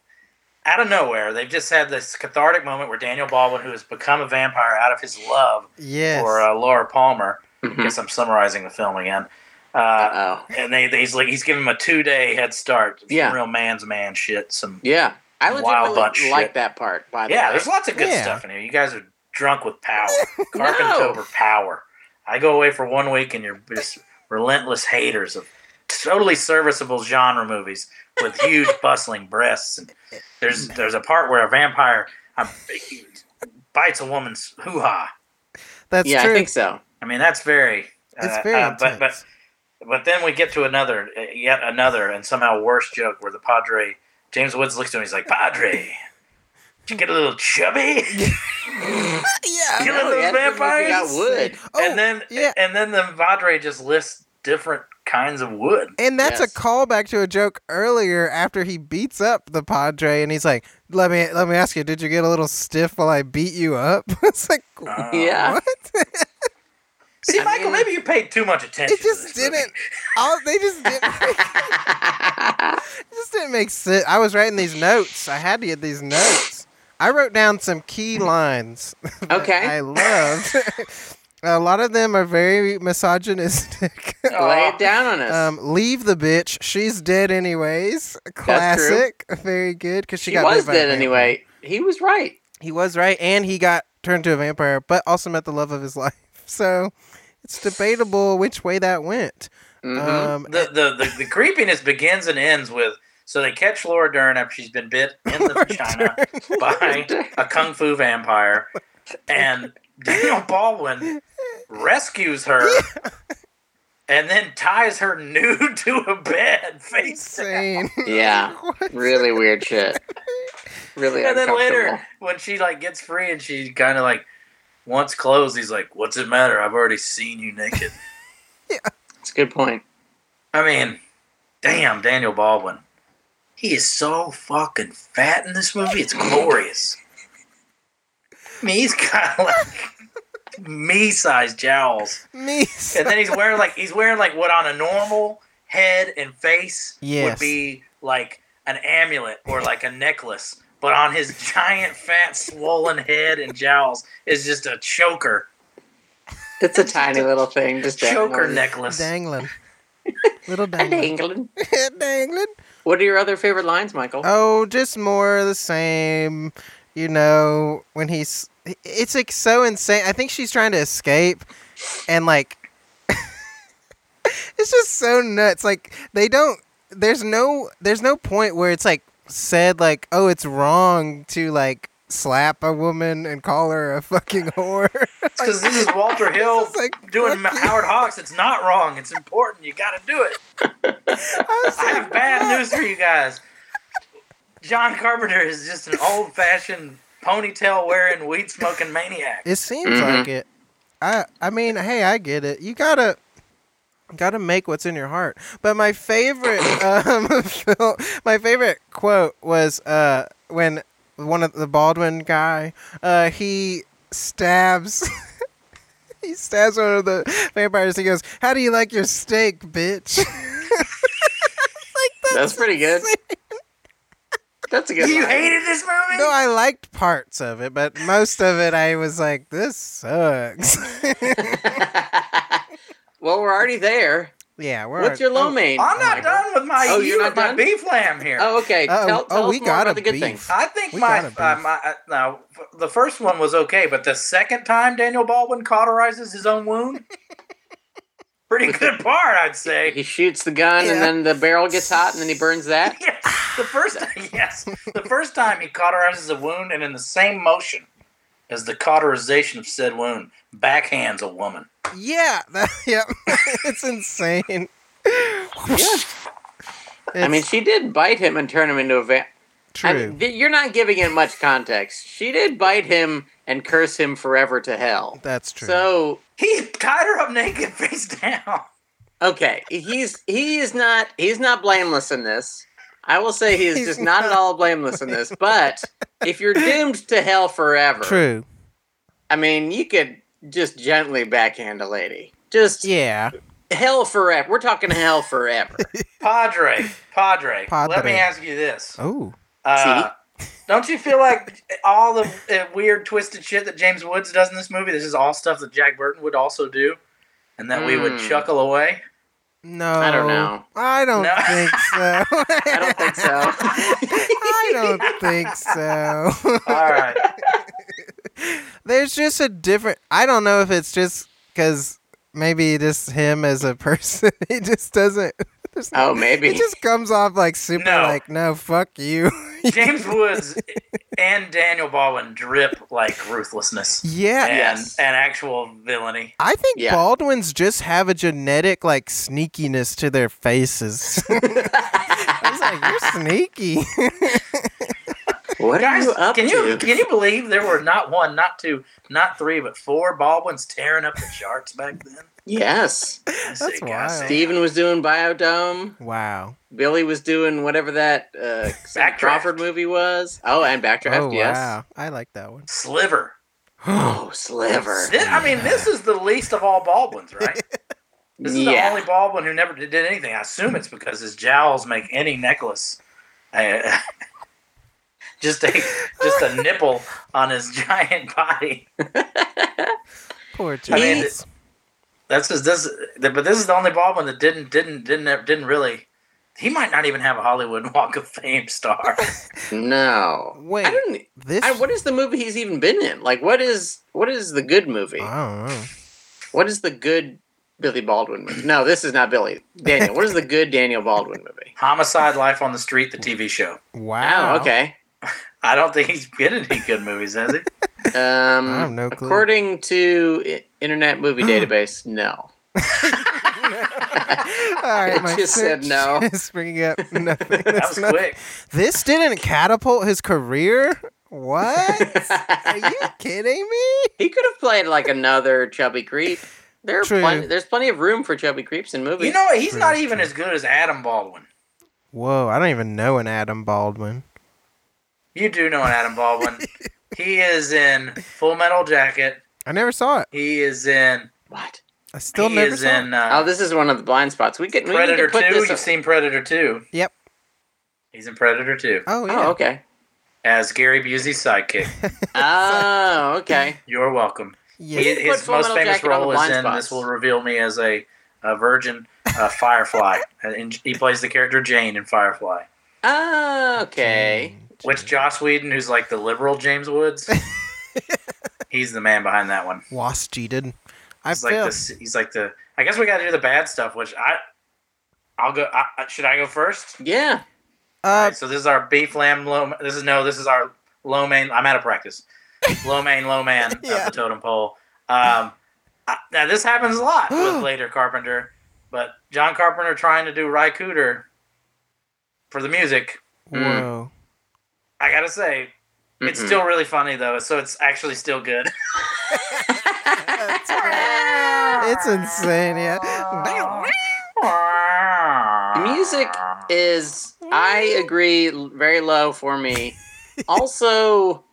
Speaker 2: out of nowhere, they've just had this cathartic moment where Daniel Baldwin, who has become a vampire out of his love
Speaker 3: Yes.
Speaker 2: for uh, Laura Palmer, I
Speaker 1: Mhm.
Speaker 2: guess I'm summarizing the film again. Uh,
Speaker 1: Uh-oh.
Speaker 2: and they, they- he's like he's giving him a two day head start. Some
Speaker 1: Yeah.
Speaker 2: real man's man shit. Some
Speaker 1: Yeah. I
Speaker 2: Wild
Speaker 1: legitimately
Speaker 2: bunch
Speaker 1: like
Speaker 2: shit.
Speaker 1: that part, by the
Speaker 2: yeah,
Speaker 1: way.
Speaker 2: there's lots of good
Speaker 3: Yeah.
Speaker 2: stuff in here. You guys are drunk with power. Carpenter over power. I go away for one week and you're just relentless haters of totally serviceable genre movies with huge bustling breasts. And there's there's a part where a vampire um, bites a woman's hoo ha.
Speaker 3: That's
Speaker 1: yeah,
Speaker 3: true.
Speaker 1: I think so.
Speaker 2: I mean that's very.
Speaker 3: it's
Speaker 2: uh,
Speaker 3: very
Speaker 2: uh, but but
Speaker 3: intense.
Speaker 2: but then we get to another, uh, yet another, and somehow worse joke where the Padre, James Woods looks to him, he's like, Padre, did you get a little chubby?
Speaker 3: yeah.
Speaker 2: Killing
Speaker 1: Oh,
Speaker 2: those
Speaker 1: yeah, that's what we got
Speaker 2: vampires?
Speaker 1: wood.
Speaker 3: Oh,
Speaker 2: and then,
Speaker 3: yeah.
Speaker 2: and then the Padre just lists different kinds of wood.
Speaker 3: And that's
Speaker 1: Yes.
Speaker 3: a callback to a joke earlier after he beats up the Padre, and he's like, "Let me, let me ask you, did you get a little stiff while I beat you up?" it's like,
Speaker 2: Uh,
Speaker 1: Yeah.
Speaker 3: what?
Speaker 2: See,
Speaker 1: I
Speaker 2: Michael,
Speaker 1: mean-
Speaker 2: maybe you paid too much attention.
Speaker 3: It just
Speaker 2: to this movie.
Speaker 3: didn't. All, they just didn't.
Speaker 2: Oh.
Speaker 3: It just didn't make sense. I was writing these notes. I had to get these notes. I wrote down some key lines that
Speaker 1: Okay.
Speaker 3: I loved. A lot of them are very misogynistic.
Speaker 1: Lay
Speaker 2: Oh.
Speaker 1: it down on us.
Speaker 3: um, leave the bitch. She's dead anyways. Classic. Very good because she
Speaker 1: he
Speaker 3: got
Speaker 1: was
Speaker 3: bit by a
Speaker 1: dead
Speaker 3: vampire.
Speaker 1: anyway. He was right.
Speaker 3: He was right, and he got turned to a vampire, but also met the love of his life. So it's debatable which way that went.
Speaker 1: Mhm.
Speaker 3: Um,
Speaker 2: The, the, the, the creepiness begins and ends with so they catch Laura Dern after she's been bit in the vagina by a kung fu vampire, and Daniel Baldwin rescues her and then ties her nude to a bed face down.
Speaker 3: insane.
Speaker 1: Yeah.
Speaker 3: What?
Speaker 1: Really weird shit. Really
Speaker 2: And then later,
Speaker 1: uncomfortable.
Speaker 2: when she like gets free and she kind of like wants clothes, he's like, "What's it matter? I've already seen you naked."
Speaker 1: It's a good point.
Speaker 2: I mean, damn, Daniel Baldwin. He is so fucking fat in this movie. It's glorious. I mean, he's got like me-sized jowls,
Speaker 3: Me.
Speaker 2: and then he's wearing like he's wearing like what on a normal head and face
Speaker 3: Yes.
Speaker 2: would be like an amulet or like a necklace, but on his giant, fat, swollen head and jowls is just a choker,
Speaker 1: It's a tiny little thing, just
Speaker 2: choker
Speaker 1: dangling.
Speaker 2: necklace.
Speaker 3: Dangling. Little
Speaker 1: A
Speaker 3: dangling.
Speaker 1: dangling.
Speaker 3: dangling.
Speaker 1: What are your other favorite lines, Michael?
Speaker 3: Oh, just more of the same. You know, when he's. It's like so insane. I think she's trying to escape and like. it's just so nuts. Like, they don't. There's no. There's no point where it's like said, like, oh, it's wrong to like slap a woman and call her a fucking whore.
Speaker 2: Because this is Walter Hill
Speaker 3: It's like,
Speaker 2: doing
Speaker 3: fuck you.
Speaker 2: Howard Hawks. It's not wrong. It's important. You got to do it.
Speaker 3: I was
Speaker 2: I
Speaker 3: like,
Speaker 2: have bad news for you guys. John Carpenter is just an old fashioned ponytail wearing, weed smoking maniac.
Speaker 3: It seems
Speaker 1: Mhm.
Speaker 3: like it. I I mean, hey, I get it. You gotta gotta make what's in your heart. But my favorite um, Phil- my favorite quote was uh, when one of the Baldwin guy uh, he stabs. He stabs one of the vampires. He goes, "How do you like your steak, bitch?" like
Speaker 1: That's pretty good. That's a good.
Speaker 2: You
Speaker 1: line.
Speaker 2: hated this movie?
Speaker 3: No, I liked parts of it, but most of it, I was like, "This sucks."
Speaker 1: well, we're already there.
Speaker 3: yeah, we're
Speaker 1: What's your
Speaker 3: oh,
Speaker 1: lo mein?
Speaker 2: I'm not
Speaker 3: my
Speaker 2: done with my,
Speaker 1: Oh, you're
Speaker 2: with
Speaker 1: not
Speaker 2: my
Speaker 1: done?
Speaker 2: beef lamb here.
Speaker 1: Oh, okay.
Speaker 3: Oh,
Speaker 1: tell tell
Speaker 3: oh,
Speaker 1: us
Speaker 3: we
Speaker 1: more
Speaker 3: got
Speaker 1: about
Speaker 3: a
Speaker 1: the good
Speaker 3: beef.
Speaker 1: things.
Speaker 2: I think
Speaker 3: We
Speaker 2: my,
Speaker 3: gotta be.
Speaker 2: uh, my uh, now the first one was okay, but the second time Daniel Baldwin cauterizes his own wound, pretty good part, I'd say.
Speaker 1: He shoots the gun,
Speaker 3: Yeah.
Speaker 1: and then the barrel gets hot, and then he burns that.
Speaker 2: yes. The first yes, the first time he cauterizes a wound, and in the same motion as the cauterization of said wound, backhands a woman.
Speaker 3: Yeah, that, yep. it's insane.
Speaker 1: I mean, she did bite him and turn him into a va- I mean,
Speaker 3: true.
Speaker 1: th- you're not giving it much context. She did bite him and curse him forever to hell.
Speaker 3: That's true.
Speaker 1: So
Speaker 2: He tied her up naked, face down.
Speaker 1: okay, he's he is not he's not blameless in this. I will say he is
Speaker 3: He's
Speaker 1: just not, at all blameless in this. But if you're doomed to hell forever,
Speaker 3: true.
Speaker 1: I mean, you could just gently backhand a lady. Just
Speaker 3: Yeah.
Speaker 1: hell forever. We're talking hell forever.
Speaker 2: Padre, Padre, let
Speaker 3: Padre.
Speaker 2: me ask you this:
Speaker 3: Oh.
Speaker 2: uh, Don't you feel like all the uh, weird, twisted shit that James Woods does in this movie? This is all stuff that Jack Burton would also do, and that we would
Speaker 1: Mm.
Speaker 2: chuckle away.
Speaker 3: No.
Speaker 1: I don't know.
Speaker 3: I don't
Speaker 2: No.
Speaker 3: think so.
Speaker 1: I don't think so.
Speaker 3: I don't think so.
Speaker 2: All right,
Speaker 3: There's just a different. I don't know if it's just because maybe just him as a person. It just doesn't. there's
Speaker 1: oh, maybe.
Speaker 3: It just comes off like super.
Speaker 2: No.
Speaker 3: Like no, fuck you.
Speaker 2: James Woods and Daniel Baldwin drip like ruthlessness.
Speaker 3: yeah.
Speaker 2: and,
Speaker 1: Yes.
Speaker 2: and actual villainy.
Speaker 3: I think
Speaker 1: Yeah.
Speaker 3: Baldwins just have a genetic like sneakiness to their faces. I was like, you're sneaky.
Speaker 1: what are
Speaker 2: Guys,
Speaker 1: you up
Speaker 2: can you
Speaker 1: to?
Speaker 2: can you believe there were not one, not two, not three, but four Baldwins tearing up the charts back then?
Speaker 1: Yes.
Speaker 2: I say,
Speaker 3: That's
Speaker 2: God
Speaker 3: wild.
Speaker 2: damn.
Speaker 1: Steven was doing Biodome.
Speaker 3: wow.
Speaker 1: Billy was doing whatever that uh, Cindy
Speaker 2: Backdraft.
Speaker 1: Crawford movie was. Oh, and Backdraft,
Speaker 3: oh
Speaker 1: yes.
Speaker 3: wow. I like that one.
Speaker 2: Sliver.
Speaker 1: Oh, Sliver.
Speaker 2: Thi- I mean, this is the least of all Baldwins, right? This is the
Speaker 1: yeah.
Speaker 2: only Baldwin who never did anything. I assume it's because his jowls make any necklace. uh, just a just a nipple on his giant body.
Speaker 3: Poor
Speaker 2: I mean,
Speaker 3: James.
Speaker 2: That's just this, but this is the only Baldwin that didn't didn't didn't didn't really. He might not even have a Hollywood Walk of Fame star.
Speaker 1: No.
Speaker 3: Wait.
Speaker 1: I don't.
Speaker 3: this.
Speaker 1: I, what is the movie he's even been in? Like, what is what is the good movie?
Speaker 3: I don't know.
Speaker 1: What is the good Billy Baldwin movie? No, this is not Billy. Daniel. What is the good Daniel Baldwin movie?
Speaker 2: Homicide: Life on the Street, the TV show.
Speaker 3: Wow.
Speaker 1: Oh, okay.
Speaker 2: I don't think he's been in any good movies, has he?
Speaker 1: Um,
Speaker 3: I have no clue.
Speaker 1: According to I- Internet Movie Database, no.
Speaker 3: All right,
Speaker 1: It
Speaker 3: my
Speaker 1: just said
Speaker 3: search
Speaker 1: no.
Speaker 3: is bringing up nothing.
Speaker 2: That
Speaker 3: That's
Speaker 2: was
Speaker 3: not-
Speaker 2: quick.
Speaker 3: This didn't catapult his career. What? Are you kidding me?
Speaker 1: He could have played like another chubby creep. There are
Speaker 3: True.
Speaker 1: plenty, there's plenty of room for chubby creeps in movies.
Speaker 2: You know, he's not even as good as Adam Baldwin.
Speaker 3: Whoa, I don't even know an Adam Baldwin.
Speaker 2: You do know an Adam Baldwin. he is in Full Metal Jacket.
Speaker 3: I never saw it.
Speaker 2: He is in.
Speaker 1: what?
Speaker 3: I still
Speaker 2: he
Speaker 3: never
Speaker 2: is
Speaker 3: saw it.
Speaker 2: in
Speaker 1: Oh,
Speaker 2: uh,
Speaker 1: this is one of the blind spots. We get we need
Speaker 2: Predator
Speaker 1: to put
Speaker 2: Two.
Speaker 1: this.
Speaker 2: You've seen Predator Two.
Speaker 3: Yep.
Speaker 2: He's in Predator Two
Speaker 3: Oh yeah.
Speaker 1: Oh, okay.
Speaker 2: as Gary Busey's sidekick.
Speaker 1: Oh, okay.
Speaker 2: You're welcome.
Speaker 3: Yeah.
Speaker 2: His, his
Speaker 1: Full
Speaker 2: most
Speaker 1: Metal
Speaker 2: famous
Speaker 1: Jacket on the
Speaker 2: role is
Speaker 1: blind
Speaker 2: in
Speaker 1: spots.
Speaker 2: "This Will Reveal Me as a, a Virgin," uh, Firefly. and he plays the character Jane in Firefly,
Speaker 1: Oh, okay.
Speaker 2: which Joss Whedon, who's like the liberal James Woods, he's the man behind that one.
Speaker 3: Wasp cheated. I
Speaker 2: He's like
Speaker 3: feel.
Speaker 2: the He's like the. I guess we got to do the bad stuff, which I. I'll go. I, I- should I go first?
Speaker 1: Yeah.
Speaker 3: Uh,
Speaker 2: Alright, so this is our beef lamb low. This is no. This is our low main. I'm out of practice. Low main, low man
Speaker 3: Yeah.
Speaker 2: of the totem pole. Um, I, now this happens a lot with later Carpenter, but John Carpenter trying to do Ry Cooter for the music.
Speaker 1: Mm.
Speaker 3: whoa.
Speaker 2: I gotta say, it's
Speaker 1: Mhm.
Speaker 2: still really funny though. So it's actually still good.
Speaker 3: It's insane. Yeah.
Speaker 1: The music is I agree l- very low for me. also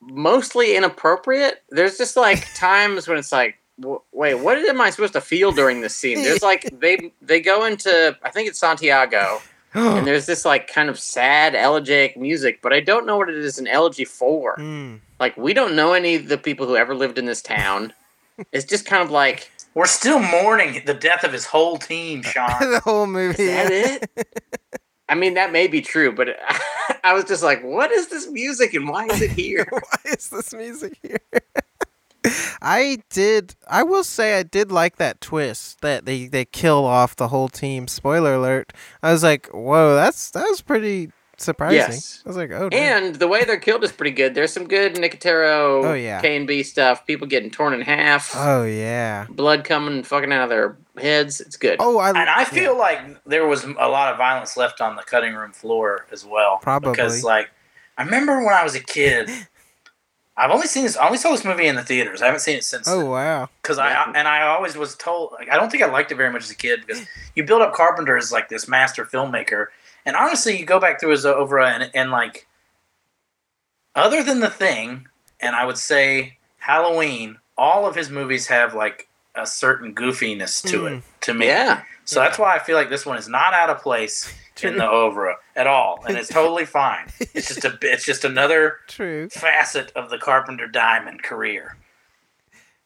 Speaker 1: mostly inappropriate. There's just like times when it's like w- wait, what am I supposed to feel during this scene? There's like they they go into I think it's Santiago Hmm. and there's this like kind of sad elegiac music, but I don't know what it is an elegy for.
Speaker 3: Mm.
Speaker 1: Like we don't know any of the people who ever lived in this town. It's just kind of like
Speaker 2: We're still mourning the death of his whole team, Sean.
Speaker 3: the whole
Speaker 1: Is
Speaker 3: movie.
Speaker 1: that
Speaker 3: yeah.
Speaker 1: it? I mean, that may be true, but I was just like, what is this music and why is it here?
Speaker 3: Why is this music here? I did. I will say I did like that twist that they they kill off the whole team. Spoiler alert! I was like, whoa, that's that was pretty surprising.
Speaker 1: Yes.
Speaker 3: I was like, oh, damn.
Speaker 1: and the way they're killed is pretty good. There's some good Nicotero
Speaker 3: Oh, yeah.
Speaker 1: K and B stuff. People getting torn in half,
Speaker 3: oh yeah.
Speaker 1: blood coming fucking out of their heads. It's good.
Speaker 3: Oh, I
Speaker 2: And I
Speaker 3: yeah.
Speaker 2: feel like there was a lot of violence left on the cutting room floor as well.
Speaker 3: Probably.
Speaker 2: because, like, I remember when I was a kid. I've only seen this. I only saw this movie in the theaters. I haven't seen it since.
Speaker 3: Oh wow.
Speaker 2: because I I- and I always was told. Like, I don't think I liked it very much as a kid because you build up Carpenter as like this master filmmaker, and honestly, you go back through his oeuvre and, and like, other than the thing, and I would say Halloween, all of his movies have like a certain goofiness to
Speaker 3: Hmm.
Speaker 2: it to me.
Speaker 1: yeah.
Speaker 2: So that's why I feel like this one is not out of place in the oeuvre at all, and it's totally fine. It's just a it's just another
Speaker 3: True.
Speaker 2: facet of the Carpenter Diamond career.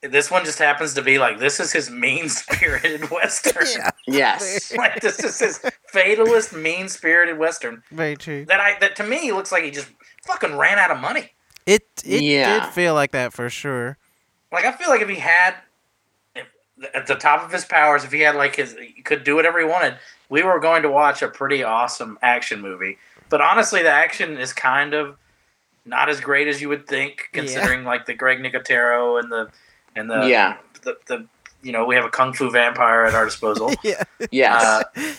Speaker 2: This one just happens to be like this is his mean spirited western.
Speaker 3: Yeah.
Speaker 1: Yes.
Speaker 2: Like this is his fatalist, mean spirited western
Speaker 3: Very true.
Speaker 2: that I that to me looks like he just fucking ran out of money.
Speaker 3: It it
Speaker 1: Yeah.
Speaker 3: did feel like that for sure.
Speaker 2: Like I feel like if he had if, at the top of his powers, if he had like his he could do whatever he wanted, we were going to watch a pretty awesome action movie. But honestly, the action is kind of not as great as you would think,
Speaker 3: Yeah.
Speaker 2: considering like the Greg Nicotero and the and the,
Speaker 1: yeah.
Speaker 2: the the you know we have a kung fu vampire at our disposal.
Speaker 3: Yeah.
Speaker 1: Yes.
Speaker 2: uh,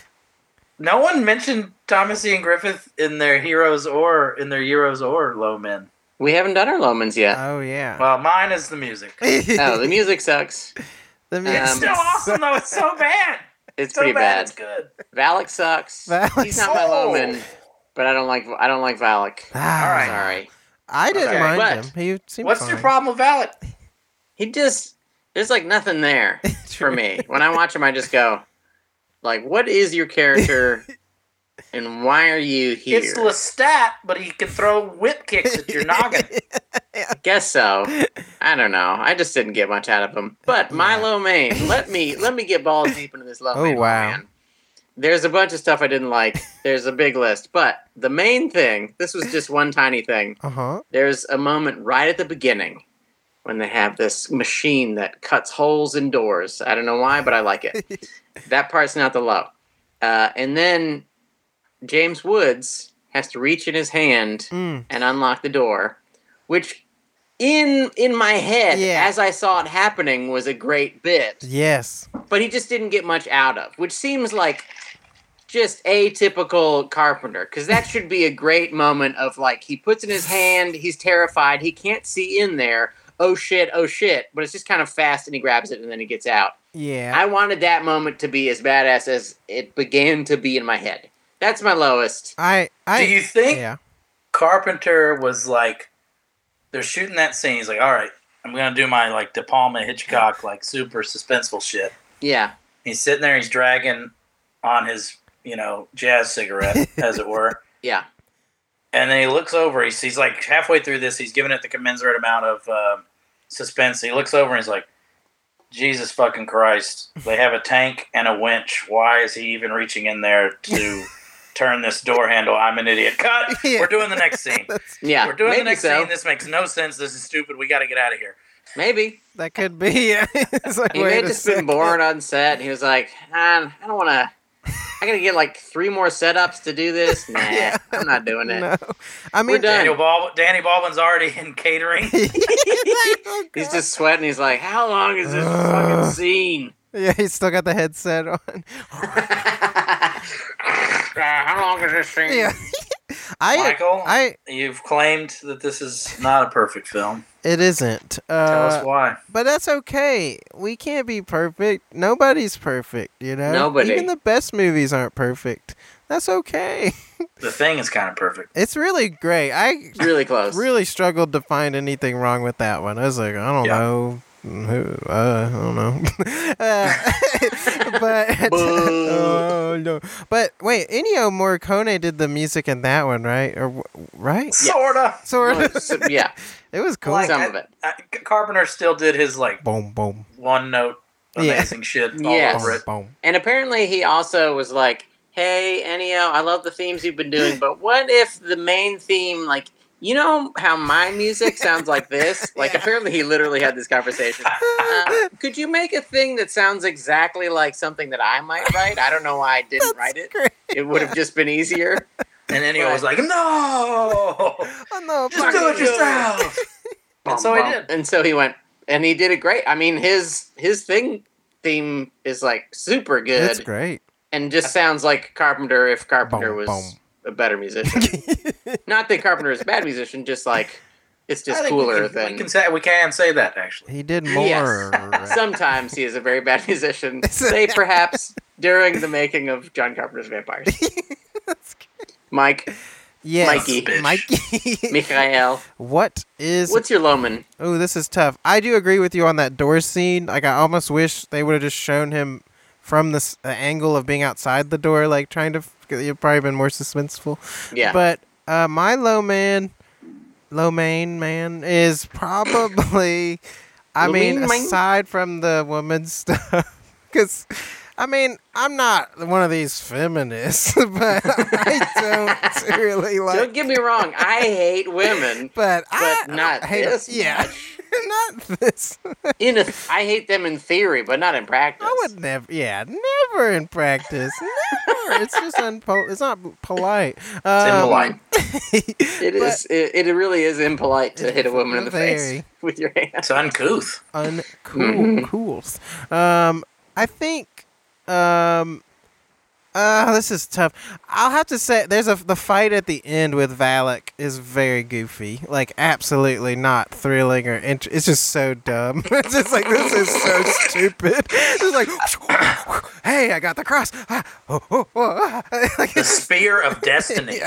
Speaker 2: no one mentioned Thomas Ian Griffith in their heroes or in their heroes or low men.
Speaker 1: we haven't done our Lomans yet.
Speaker 3: Oh yeah.
Speaker 2: Well, mine is the music.
Speaker 1: oh, the music sucks.
Speaker 3: the
Speaker 2: It's
Speaker 1: Um,
Speaker 2: still awesome though. It's so bad.
Speaker 1: It's
Speaker 2: so
Speaker 1: pretty bad.
Speaker 2: It's good.
Speaker 1: Valak sucks.
Speaker 3: Valak
Speaker 1: He's not my
Speaker 2: Oh.
Speaker 1: Loman, but I don't like I don't like Valak.
Speaker 3: Ah,
Speaker 2: All right.
Speaker 1: Sorry.
Speaker 3: I didn't
Speaker 2: Okay.
Speaker 3: mind
Speaker 1: But-
Speaker 3: him. He seemed
Speaker 2: What's
Speaker 3: fine.
Speaker 2: your problem with Valak?
Speaker 1: he just there's like nothing there for me when i watch him i just go like what is your character and why are you here
Speaker 2: It's Lestat, but he can throw whip kicks at your noggin.
Speaker 1: guess so i don't know i just didn't get much out of him but my
Speaker 3: Yeah.
Speaker 1: low main let me let me get balls deep into this low
Speaker 3: Oh,
Speaker 1: main
Speaker 3: wow.
Speaker 1: man. there's a bunch of stuff i didn't like there's a big list but the main thing this was just one tiny thing
Speaker 3: Uh huh.
Speaker 1: there's a moment right at the beginning when they have this machine that cuts holes in doors. I don't know why, but I like it. that part's not the low. Uh, and then James Woods has to reach in his hand
Speaker 3: Mm.
Speaker 1: and unlock the door, which in in my head
Speaker 3: Yeah.
Speaker 1: as I saw it happening was a great bit,
Speaker 3: Yes.
Speaker 1: but he just didn't get much out of, which seems like just atypical Carpenter, because that should be a great moment of like he puts in his hand, he's terrified, he can't see in there. oh shit, oh shit, but it's just kind of fast and he grabs it and then he gets out.
Speaker 3: Yeah.
Speaker 1: I wanted that moment to be as badass as it began to be in my head. That's my lowest.
Speaker 3: I I
Speaker 2: Do you think
Speaker 3: yeah.
Speaker 2: Carpenter was like, they're shooting that scene. He's like, all right, I'm gonna do my like De Palma Hitchcock like super suspenseful shit.
Speaker 1: Yeah.
Speaker 2: He's sitting there, he's dragging on his you know jazz cigarette, as it were.
Speaker 1: Yeah.
Speaker 2: And then he looks over. He sees like halfway through this, he's giving it the commensurate amount of uh, suspense. He looks over and he's like, "Jesus fucking Christ! They have a tank and a winch. Why is he even reaching in there to turn this door handle? I'm an idiot. Cut.
Speaker 3: Yeah.
Speaker 2: We're doing the next scene.
Speaker 3: That's,
Speaker 1: Yeah.
Speaker 2: We're doing
Speaker 1: Maybe
Speaker 2: the next
Speaker 1: so.
Speaker 2: scene. This makes no sense. This is stupid. We got to get out of here.
Speaker 1: Maybe.
Speaker 3: that could be. Yeah. it's like
Speaker 1: He may
Speaker 3: wait
Speaker 1: have
Speaker 3: a
Speaker 1: just been
Speaker 3: second.
Speaker 1: bored on set and he was like, "Man, I don't want to. I gotta get like three more setups to do this. Nah,
Speaker 3: Yeah.
Speaker 1: I'm not doing it.
Speaker 3: No. I mean
Speaker 1: We're done.
Speaker 2: Daniel Bal- Danny Baldwin's already in catering.
Speaker 3: Oh,
Speaker 1: He's
Speaker 3: God.
Speaker 1: just sweating. He's like, "How long is this fucking
Speaker 3: Ugh.
Speaker 1: scene?
Speaker 3: Yeah, he's still got the headset on.
Speaker 1: How long is this scene?"
Speaker 3: Yeah. I
Speaker 2: Michael,
Speaker 3: I
Speaker 2: you've claimed that this is not a perfect film.
Speaker 3: it isn't.
Speaker 2: Tell us
Speaker 3: Uh,
Speaker 2: why.
Speaker 3: but that's okay. We can't be perfect. Nobody's perfect, you know.
Speaker 1: Nobody.
Speaker 3: Even the best movies aren't perfect. That's okay.
Speaker 2: The thing is kind of perfect.
Speaker 3: It's really great. I
Speaker 1: Really close.
Speaker 3: really struggled to find anything wrong with that one. I was like, I don't
Speaker 2: Yeah.
Speaker 3: know. Who, uh, I don't know, uh, but
Speaker 1: Boo.
Speaker 3: oh no! But wait, Ennio Morricone did the music in that one, right? Or w- right?
Speaker 2: Sorta.
Speaker 3: Sort of.
Speaker 1: yeah,
Speaker 3: It was cool.
Speaker 2: Like,
Speaker 1: some
Speaker 2: I-
Speaker 1: of it.
Speaker 2: I- Uh, Carpenter still did his like
Speaker 3: boom, boom,
Speaker 2: one note
Speaker 3: Yeah.
Speaker 2: amazing shit all
Speaker 1: Yes.
Speaker 2: over
Speaker 3: boom,
Speaker 2: it.
Speaker 3: boom.
Speaker 1: And apparently, he also was like, "Hey, Ennio, I love the themes you've been doing, but what if the main theme, like, you know how my music sounds like this? Like,
Speaker 3: Yeah.
Speaker 1: apparently, he literally had this conversation. Uh, could you make a thing that sounds exactly like something that I might write? I don't know why I didn't write it.
Speaker 3: Great.
Speaker 1: It would have just been easier.
Speaker 2: And then he was like, "No,
Speaker 3: Oh no!
Speaker 2: just do it yourself." And so he did.
Speaker 1: And so he went, and he did it great. I mean, his his thing theme is like super good.
Speaker 3: It's great.
Speaker 1: and just sounds like Carpenter if Carpenter
Speaker 3: Boom,
Speaker 1: was
Speaker 3: boom.
Speaker 1: a better musician. Not that Carpenter is a bad musician, just like it's
Speaker 2: I
Speaker 1: just
Speaker 2: think
Speaker 1: cooler
Speaker 2: we can,
Speaker 1: than.
Speaker 2: we can say we can say that actually.
Speaker 3: He did more.
Speaker 1: Yes. Sometimes he is a very bad musician, say perhaps during the making of John Carpenter's Vampires. Mike,
Speaker 3: Yes.
Speaker 1: Mikey.
Speaker 3: Mikey.
Speaker 1: Michael,
Speaker 3: what is
Speaker 1: what's your Loman?
Speaker 3: Oh, this is tough. I do agree with you on that door scene. Like, I almost wish they would have just shown him from this the angle of being outside the door, like trying to. f- It'd probably been more suspenseful.
Speaker 1: Yeah.
Speaker 3: But uh, my low man, low main man is probably. I
Speaker 1: Low
Speaker 3: mean,
Speaker 1: main man?
Speaker 3: aside from the woman stuff, because. I mean, I'm not one of these feminists, but I don't really like.
Speaker 1: Don't get me wrong, I hate women,
Speaker 3: but I
Speaker 1: but not
Speaker 3: I hate
Speaker 1: this
Speaker 3: Yeah, not this.
Speaker 1: in a, I hate them in theory, but not in practice.
Speaker 3: I would never. Yeah, never in practice. never. It's just unpo- It's not polite.
Speaker 2: It's
Speaker 3: Um,
Speaker 2: impolite.
Speaker 1: It is. It, it really is impolite to hit a woman in the face
Speaker 3: Very.
Speaker 1: with your hand.
Speaker 2: It's uncouth.
Speaker 3: uncool cools. Um, I think. Um, uh, this is tough. I'll have to say there's a the fight at the end with Valak is very goofy, like absolutely not thrilling or int- it's just so dumb. it's just like this is so stupid. It's like, hey, I got the cross. Ah, oh, oh, oh, ah. Like,
Speaker 2: The spear of destiny.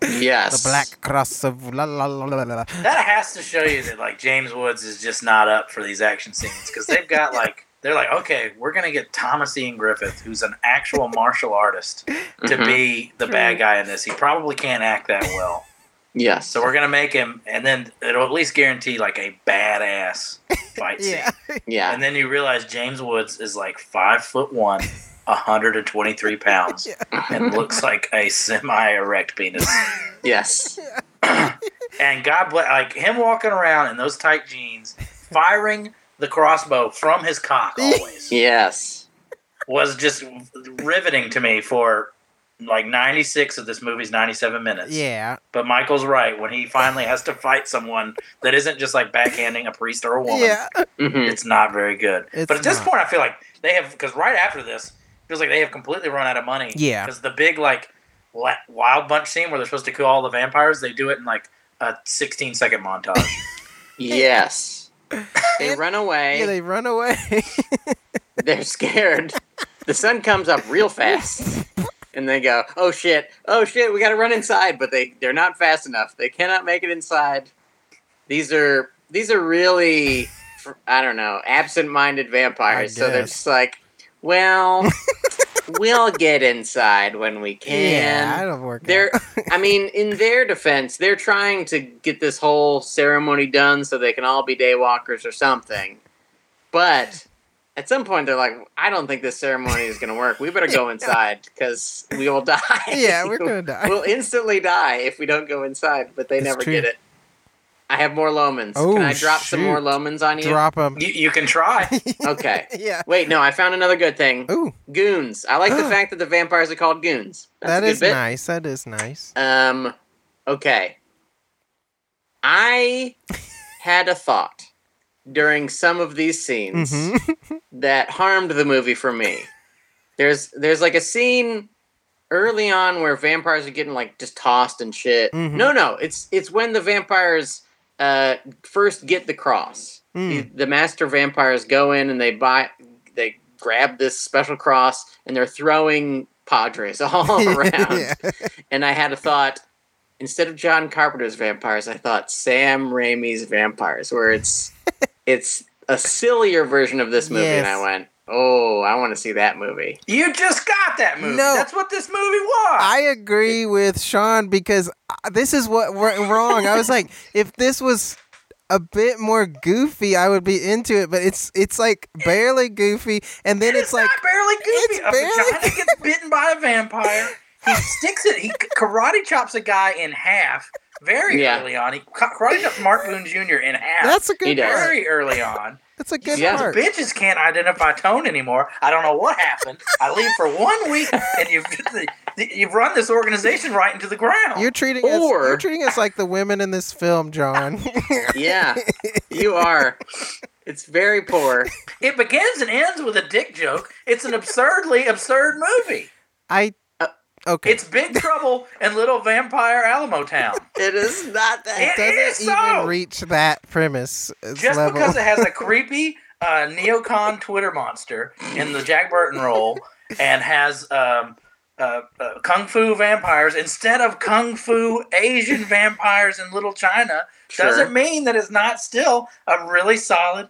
Speaker 1: Yes.
Speaker 3: the black cross of la la la la la. la.
Speaker 2: That has to show you that like James Woods is just not up for these action scenes because they've got like they're like okay we're gonna get Thomas Ian Griffith who's an actual martial artist to
Speaker 1: Mhm.
Speaker 2: be the bad guy in this. He probably can't act that well.
Speaker 1: Yes.
Speaker 2: So we're gonna make him, and then it'll at least guarantee like a badass fight scene.
Speaker 3: Yeah.
Speaker 1: yeah.
Speaker 2: And then you realize James Woods is like five foot one, hundred and twenty three pounds, and looks like a semi erect penis.
Speaker 1: yes.
Speaker 2: And God bless, like him walking around in those tight jeans, firing the crossbow from his cock always
Speaker 1: Yes.
Speaker 2: was just riveting to me for like ninety six of this movie's ninety seven minutes.
Speaker 3: Yeah.
Speaker 2: But Michael's right when he finally has to fight someone that isn't just like backhanding a priest or a woman.
Speaker 3: Yeah.
Speaker 1: hmm
Speaker 2: It's not very good.
Speaker 3: It's
Speaker 2: but at this
Speaker 3: not.
Speaker 2: point, I feel like they have because right after this, it feels like they have completely run out of money.
Speaker 3: Yeah.
Speaker 2: because the big like la- wild bunch scene where they're supposed to kill all the vampires, they do it in like a 16 second montage.
Speaker 1: Yes. They run away.
Speaker 3: Yeah, they run away.
Speaker 1: They're scared. the sun comes up real fast. And they go, oh shit, oh shit, we gotta run inside. But they, they're not fast enough. They cannot make it inside. These are these are really I don't know, absent minded vampires.
Speaker 3: I
Speaker 1: So they're
Speaker 3: guess.
Speaker 1: just like, Well we'll get inside when we can.
Speaker 3: yeah, that'll work.
Speaker 1: They're,
Speaker 3: out.
Speaker 1: I mean, in their defense, they're trying to get this whole ceremony done so they can all be daywalkers or something. But at some point, they're like, I don't think this ceremony is going to work. We better go inside because we will die.
Speaker 3: yeah, we're gonna die.
Speaker 1: we'll instantly die if we don't go inside, but they
Speaker 3: That's
Speaker 1: never
Speaker 3: true.
Speaker 1: get it. I have more lomens.
Speaker 3: Oh,
Speaker 1: can I drop some more
Speaker 3: shoot.
Speaker 1: lomens on you?
Speaker 3: Drop them.
Speaker 2: You, you can try.
Speaker 1: Okay.
Speaker 3: yeah.
Speaker 1: Wait, no, I found another good thing.
Speaker 3: Ooh,
Speaker 1: Goons. I like the fact that the vampires are called goons. That's a
Speaker 3: That's
Speaker 1: good bit.
Speaker 3: nice. That is nice.
Speaker 1: Um, okay. I had a thought during some of these scenes
Speaker 3: Mm-hmm.
Speaker 1: that harmed the movie for me. There's there's like a scene early on where vampires are getting like just tossed and shit.
Speaker 3: Mhm.
Speaker 1: No, no, it's it's when the vampires uh first get the cross.
Speaker 3: Mm.
Speaker 1: The, the master vampires go in and they buy they grab this special cross and they're throwing padres all around
Speaker 3: yeah.
Speaker 1: and I had a thought instead of John Carpenter's vampires, I thought Sam Raimi's vampires, where it's it's a sillier version of this movie, and
Speaker 3: Yes.
Speaker 1: I went, "Oh, I want to see that movie."
Speaker 2: You just got that movie.
Speaker 3: No.
Speaker 2: That's what this movie was.
Speaker 3: I agree with Sean because uh, this is what went wrong. I was like, if this was a bit more goofy, I would be into it. But it's it's like barely goofy, and then it's like
Speaker 2: not barely goofy.
Speaker 3: it's
Speaker 2: a
Speaker 3: barely-
Speaker 2: vagina gets bitten by a vampire. He sticks it. He karate chops a guy in half very
Speaker 1: Yeah.
Speaker 2: early on. He ca- karate chops Mark Boone Jr. in half.
Speaker 3: that's a good
Speaker 1: does.
Speaker 3: part.
Speaker 2: very early on.
Speaker 3: That's a good
Speaker 1: Yeah.
Speaker 3: part.
Speaker 2: Bitches can't identify tone anymore. I don't know what happened. I leave for one week, and you've you've run this organization right into the ground.
Speaker 3: You're treating us. You're
Speaker 1: Or-
Speaker 3: treating us like the women in this film, John.
Speaker 1: Yeah, you are. It's very poor.
Speaker 2: it begins and ends with a dick joke. It's an absurdly absurd movie.
Speaker 3: I
Speaker 1: Uh,
Speaker 3: okay.
Speaker 2: It's Big Trouble in Little Vampire Alamo Town.
Speaker 1: It is not that.
Speaker 2: It
Speaker 3: doesn't
Speaker 2: is
Speaker 3: even
Speaker 2: so.
Speaker 3: reach that premise uh,
Speaker 2: Just
Speaker 3: level.
Speaker 2: because it has a creepy uh, neocon Twitter monster in the Jack Burton role and has um, uh, uh, kung fu vampires instead of kung fu Asian vampires in Little China
Speaker 1: Sure.
Speaker 2: doesn't mean that it's not still a really solid,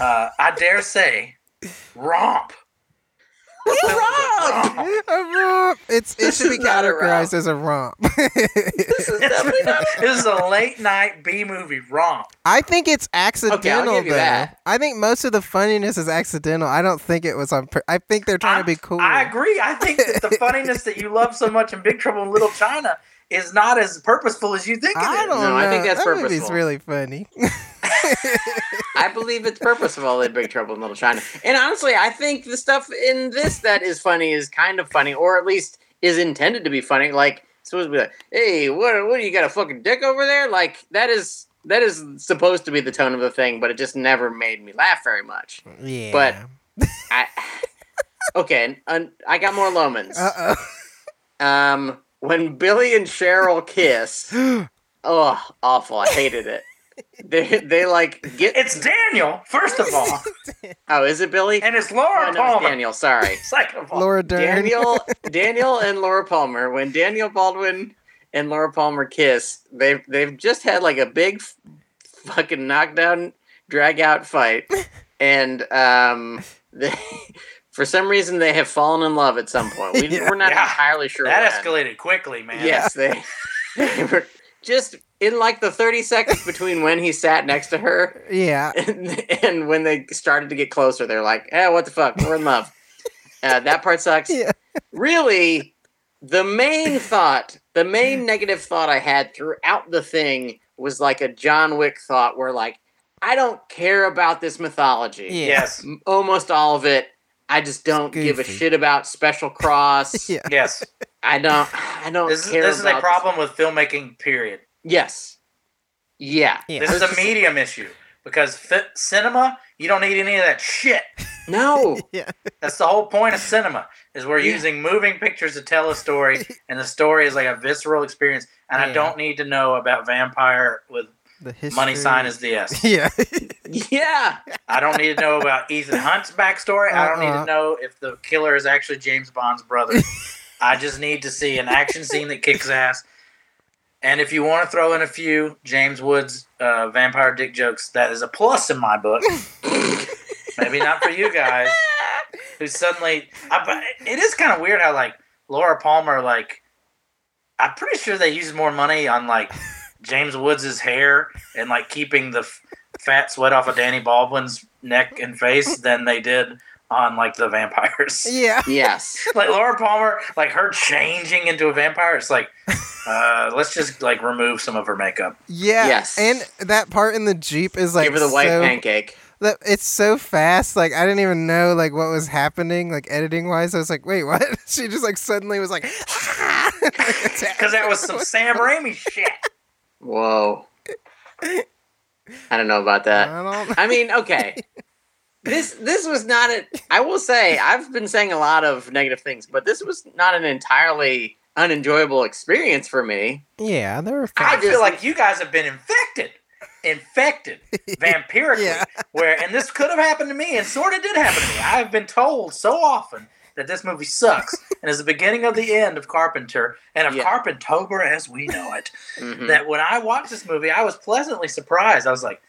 Speaker 2: uh, I dare say, romp.
Speaker 1: Romp!
Speaker 2: Romp!
Speaker 3: a romp. It's it
Speaker 1: This
Speaker 3: should be
Speaker 1: is not a romp.
Speaker 3: categorized as a romp.
Speaker 1: This is definitely not.
Speaker 2: this is a late night B movie romp.
Speaker 3: I think it's accidental
Speaker 1: give you
Speaker 3: though.
Speaker 1: that.
Speaker 3: I think most of the funniness is accidental. I don't think it was on. Pur- I think they're trying to be cool.
Speaker 2: I agree. I think that the funniness that you love so much in Big Trouble in Little China is not as purposeful as you think it is.
Speaker 3: I don't know.
Speaker 1: No, I think that's
Speaker 3: that movie's
Speaker 1: purposeful.
Speaker 3: really funny.
Speaker 1: I believe it's purposeful in Big Trouble in Little China. And honestly, I think the stuff in this that is funny is kind of funny, or at least is intended to be funny. Like it's supposed to be like, "Hey, what? What you got a fucking dick over there?" Like that is that is supposed to be the tone of the thing, but it just never made me laugh very much.
Speaker 3: Yeah,
Speaker 1: I okay, and, and I got more Lomans.
Speaker 3: uh
Speaker 1: Um, when Billy and Cheryl kiss,
Speaker 3: oh,
Speaker 1: oh, awful! I hated it. They they like get
Speaker 2: It's Daniel, first of all,
Speaker 1: oh, is it Billy?
Speaker 2: and it's Laura
Speaker 1: Oh, no, it's
Speaker 2: Palmer,
Speaker 1: Daniel, sorry.
Speaker 2: second of all.
Speaker 3: Laura Dern.
Speaker 1: Daniel, Daniel, and Laura Palmer. When Daniel Baldwin and Laura Palmer kiss, they've they've just had like a big f- fucking knockdown, drag out fight, and um, they, for some reason they have fallen in love at some point. We,
Speaker 3: Yeah.
Speaker 1: We're not
Speaker 2: Yeah.
Speaker 1: entirely sure.
Speaker 2: that
Speaker 1: when.
Speaker 2: escalated quickly, man.
Speaker 1: Yes, they, they were just in like the thirty seconds between when he sat next to her
Speaker 3: Yeah,
Speaker 1: and, and when they started to get closer, they're like, "Eh, what the fuck? We're in love." Uh, that part sucks.
Speaker 3: Yeah.
Speaker 1: Really, the main thought, the main negative thought I had throughout the thing was like a John Wick thought, where like, I don't care about this mythology.
Speaker 3: Yeah.
Speaker 2: Yes.
Speaker 1: M- Almost all of it, I just don't give a
Speaker 3: goofy.
Speaker 1: shit about Special Cross.
Speaker 3: Yeah.
Speaker 2: Yes.
Speaker 1: I don't. I don't
Speaker 2: This, is-
Speaker 1: care.
Speaker 2: this is a
Speaker 1: about
Speaker 2: problem with filmmaking, period.
Speaker 1: Yes. Yeah.
Speaker 3: yeah.
Speaker 2: This is a medium issue because fi- cinema, you don't need any of that shit.
Speaker 1: No.
Speaker 3: yeah,
Speaker 2: That's the whole point of cinema is we're
Speaker 1: Yeah.
Speaker 2: using moving pictures to tell a story, and the story is like a visceral experience. And I
Speaker 3: Yeah.
Speaker 2: don't need to know about vampire with
Speaker 3: The history.
Speaker 2: Money sign is the S.
Speaker 3: Yeah.
Speaker 1: Yeah.
Speaker 2: I don't need to know about Ethan Hunt's backstory. I don't need
Speaker 3: Uh-uh.
Speaker 2: to know if the killer is actually James Bond's brother. I just need to see an action scene that kicks ass. And if you want to throw in a few James Woods uh, vampire dick jokes, that is a plus in my book. Maybe not for you guys, who suddenly. I, but it is kind of weird how like Laura Palmer like. I'm pretty sure they use more money on like James Woods' hair and like keeping the f- fat sweat off of Danny Baldwin's neck and face than they did on like the vampires.
Speaker 3: Yeah.
Speaker 1: Yes.
Speaker 2: like Laura Palmer, like her changing into a vampire, it's like uh, let's just like remove some of her makeup.
Speaker 3: Yeah.
Speaker 1: Yes.
Speaker 3: And that part in the Jeep is like
Speaker 1: Give her the white
Speaker 3: so,
Speaker 1: pancake.
Speaker 3: that- it's so fast. Like I didn't even know like what was happening, like editing wise. I was like, wait, what? She just like suddenly was like,
Speaker 2: Because that was some Sam Raimi shit.
Speaker 1: Whoa. I don't know about that.
Speaker 3: I don't
Speaker 1: I mean, okay. This this was not a. I will say I've been saying a lot of negative things, but this was not an entirely unenjoyable experience for me.
Speaker 3: Yeah, there were
Speaker 2: I
Speaker 1: I
Speaker 2: feel
Speaker 1: just-
Speaker 2: like you guys have been infected. Infected vampirically,
Speaker 3: Yeah.
Speaker 2: where and this could have happened to me, and sort of did happen to me. I've been told so often that this movie sucks and is the beginning of the end of Carpenter and of
Speaker 1: Yeah.
Speaker 2: Carpentober as we know it.
Speaker 3: Mm-hmm.
Speaker 1: Mhm.
Speaker 2: that when I watched this movie, I was pleasantly surprised. I was like,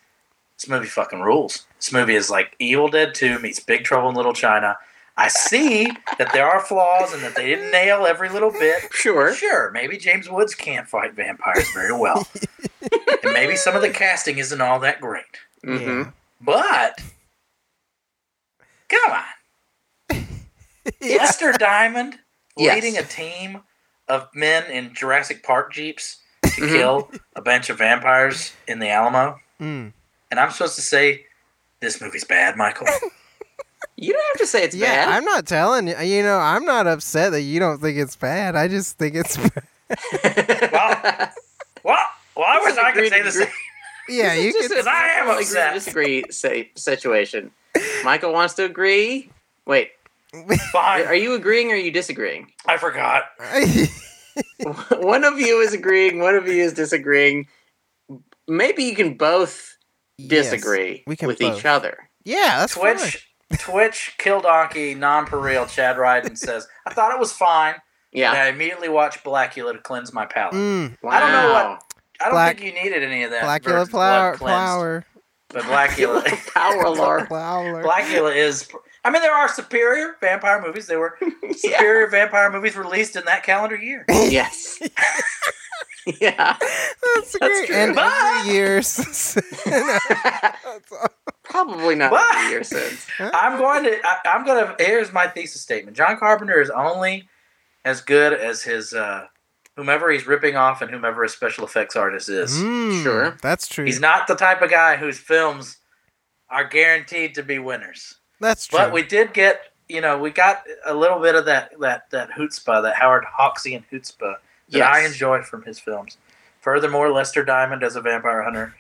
Speaker 2: this movie fucking rules. This movie is like Evil Dead 2 meets Big Trouble in Little China. I see that there are flaws and that they didn't nail every little bit.
Speaker 1: Sure.
Speaker 2: Sure, maybe James Woods can't fight vampires very well. and maybe some of the casting isn't all that great.
Speaker 1: hmm
Speaker 2: But come on.
Speaker 3: Yeah.
Speaker 2: Lester Diamond
Speaker 1: Yes.
Speaker 2: leading a team of men in Jurassic Park jeeps to
Speaker 3: Mm-hmm.
Speaker 1: Mhm.
Speaker 2: kill a bunch of vampires in the Alamo.
Speaker 3: Mm.
Speaker 2: And I'm supposed to say, this movie's bad, Michael.
Speaker 1: You don't have to say it's
Speaker 3: Yeah,
Speaker 1: bad.
Speaker 3: I'm not telling you. You know, I'm not upset that you don't think it's bad. I just think it's
Speaker 2: Well, well, well I
Speaker 1: This
Speaker 2: wish
Speaker 1: is
Speaker 2: I could
Speaker 1: agreed
Speaker 2: say
Speaker 1: and
Speaker 2: this.
Speaker 1: agree-
Speaker 3: yeah.
Speaker 1: This
Speaker 3: You
Speaker 1: is just
Speaker 3: could
Speaker 1: an
Speaker 2: I am
Speaker 1: agree to
Speaker 2: upset.
Speaker 1: Disagree say, situation. Michael wants to agree. Wait,
Speaker 2: Fine.
Speaker 1: are you agreeing or are you disagreeing?
Speaker 2: I forgot.
Speaker 1: one of you is agreeing. One of you is disagreeing. Maybe you can both
Speaker 3: Yes.
Speaker 1: disagree
Speaker 3: we can
Speaker 1: with
Speaker 3: both.
Speaker 1: each other.
Speaker 3: Yeah, that's fine.
Speaker 2: Twitch, Twitch, Kill Donkey, Non Pereal, Chad Ryden says, I thought it was fine.
Speaker 1: Yeah.
Speaker 2: And I immediately watched Blackula to cleanse my palate.
Speaker 3: Mm,
Speaker 1: Wow.
Speaker 2: I don't know what- I don't
Speaker 3: Black-
Speaker 2: think you needed any of that.
Speaker 3: Blackula
Speaker 2: versus
Speaker 3: flower,
Speaker 2: blood cleansed.
Speaker 3: flower,
Speaker 2: But Blackula.
Speaker 1: power lore.
Speaker 3: flower.
Speaker 2: Blackula is. I mean, there are superior vampire movies. There were superior vampire movies released in that calendar year.
Speaker 1: yes. yeah.
Speaker 3: That's, great.
Speaker 1: true.
Speaker 3: And
Speaker 2: Bye.
Speaker 3: every year since- That's all.
Speaker 1: Probably not
Speaker 2: What?
Speaker 1: a year since.
Speaker 2: I'm going to. I, I'm going to. Here's my thesis statement: John Carpenter is only as good as his uh, whomever he's ripping off and whomever his special effects artist is.
Speaker 3: Mm,
Speaker 1: Sure.
Speaker 3: That's true.
Speaker 2: He's not the type of guy whose films are guaranteed to be winners.
Speaker 3: That's true.
Speaker 2: But we did get, you know, we got a little bit of that that that Hootspa, that Howard Hawksian Hootspa that
Speaker 1: Yes.
Speaker 2: I enjoyed from his films. Furthermore, Lester Diamond as a vampire hunter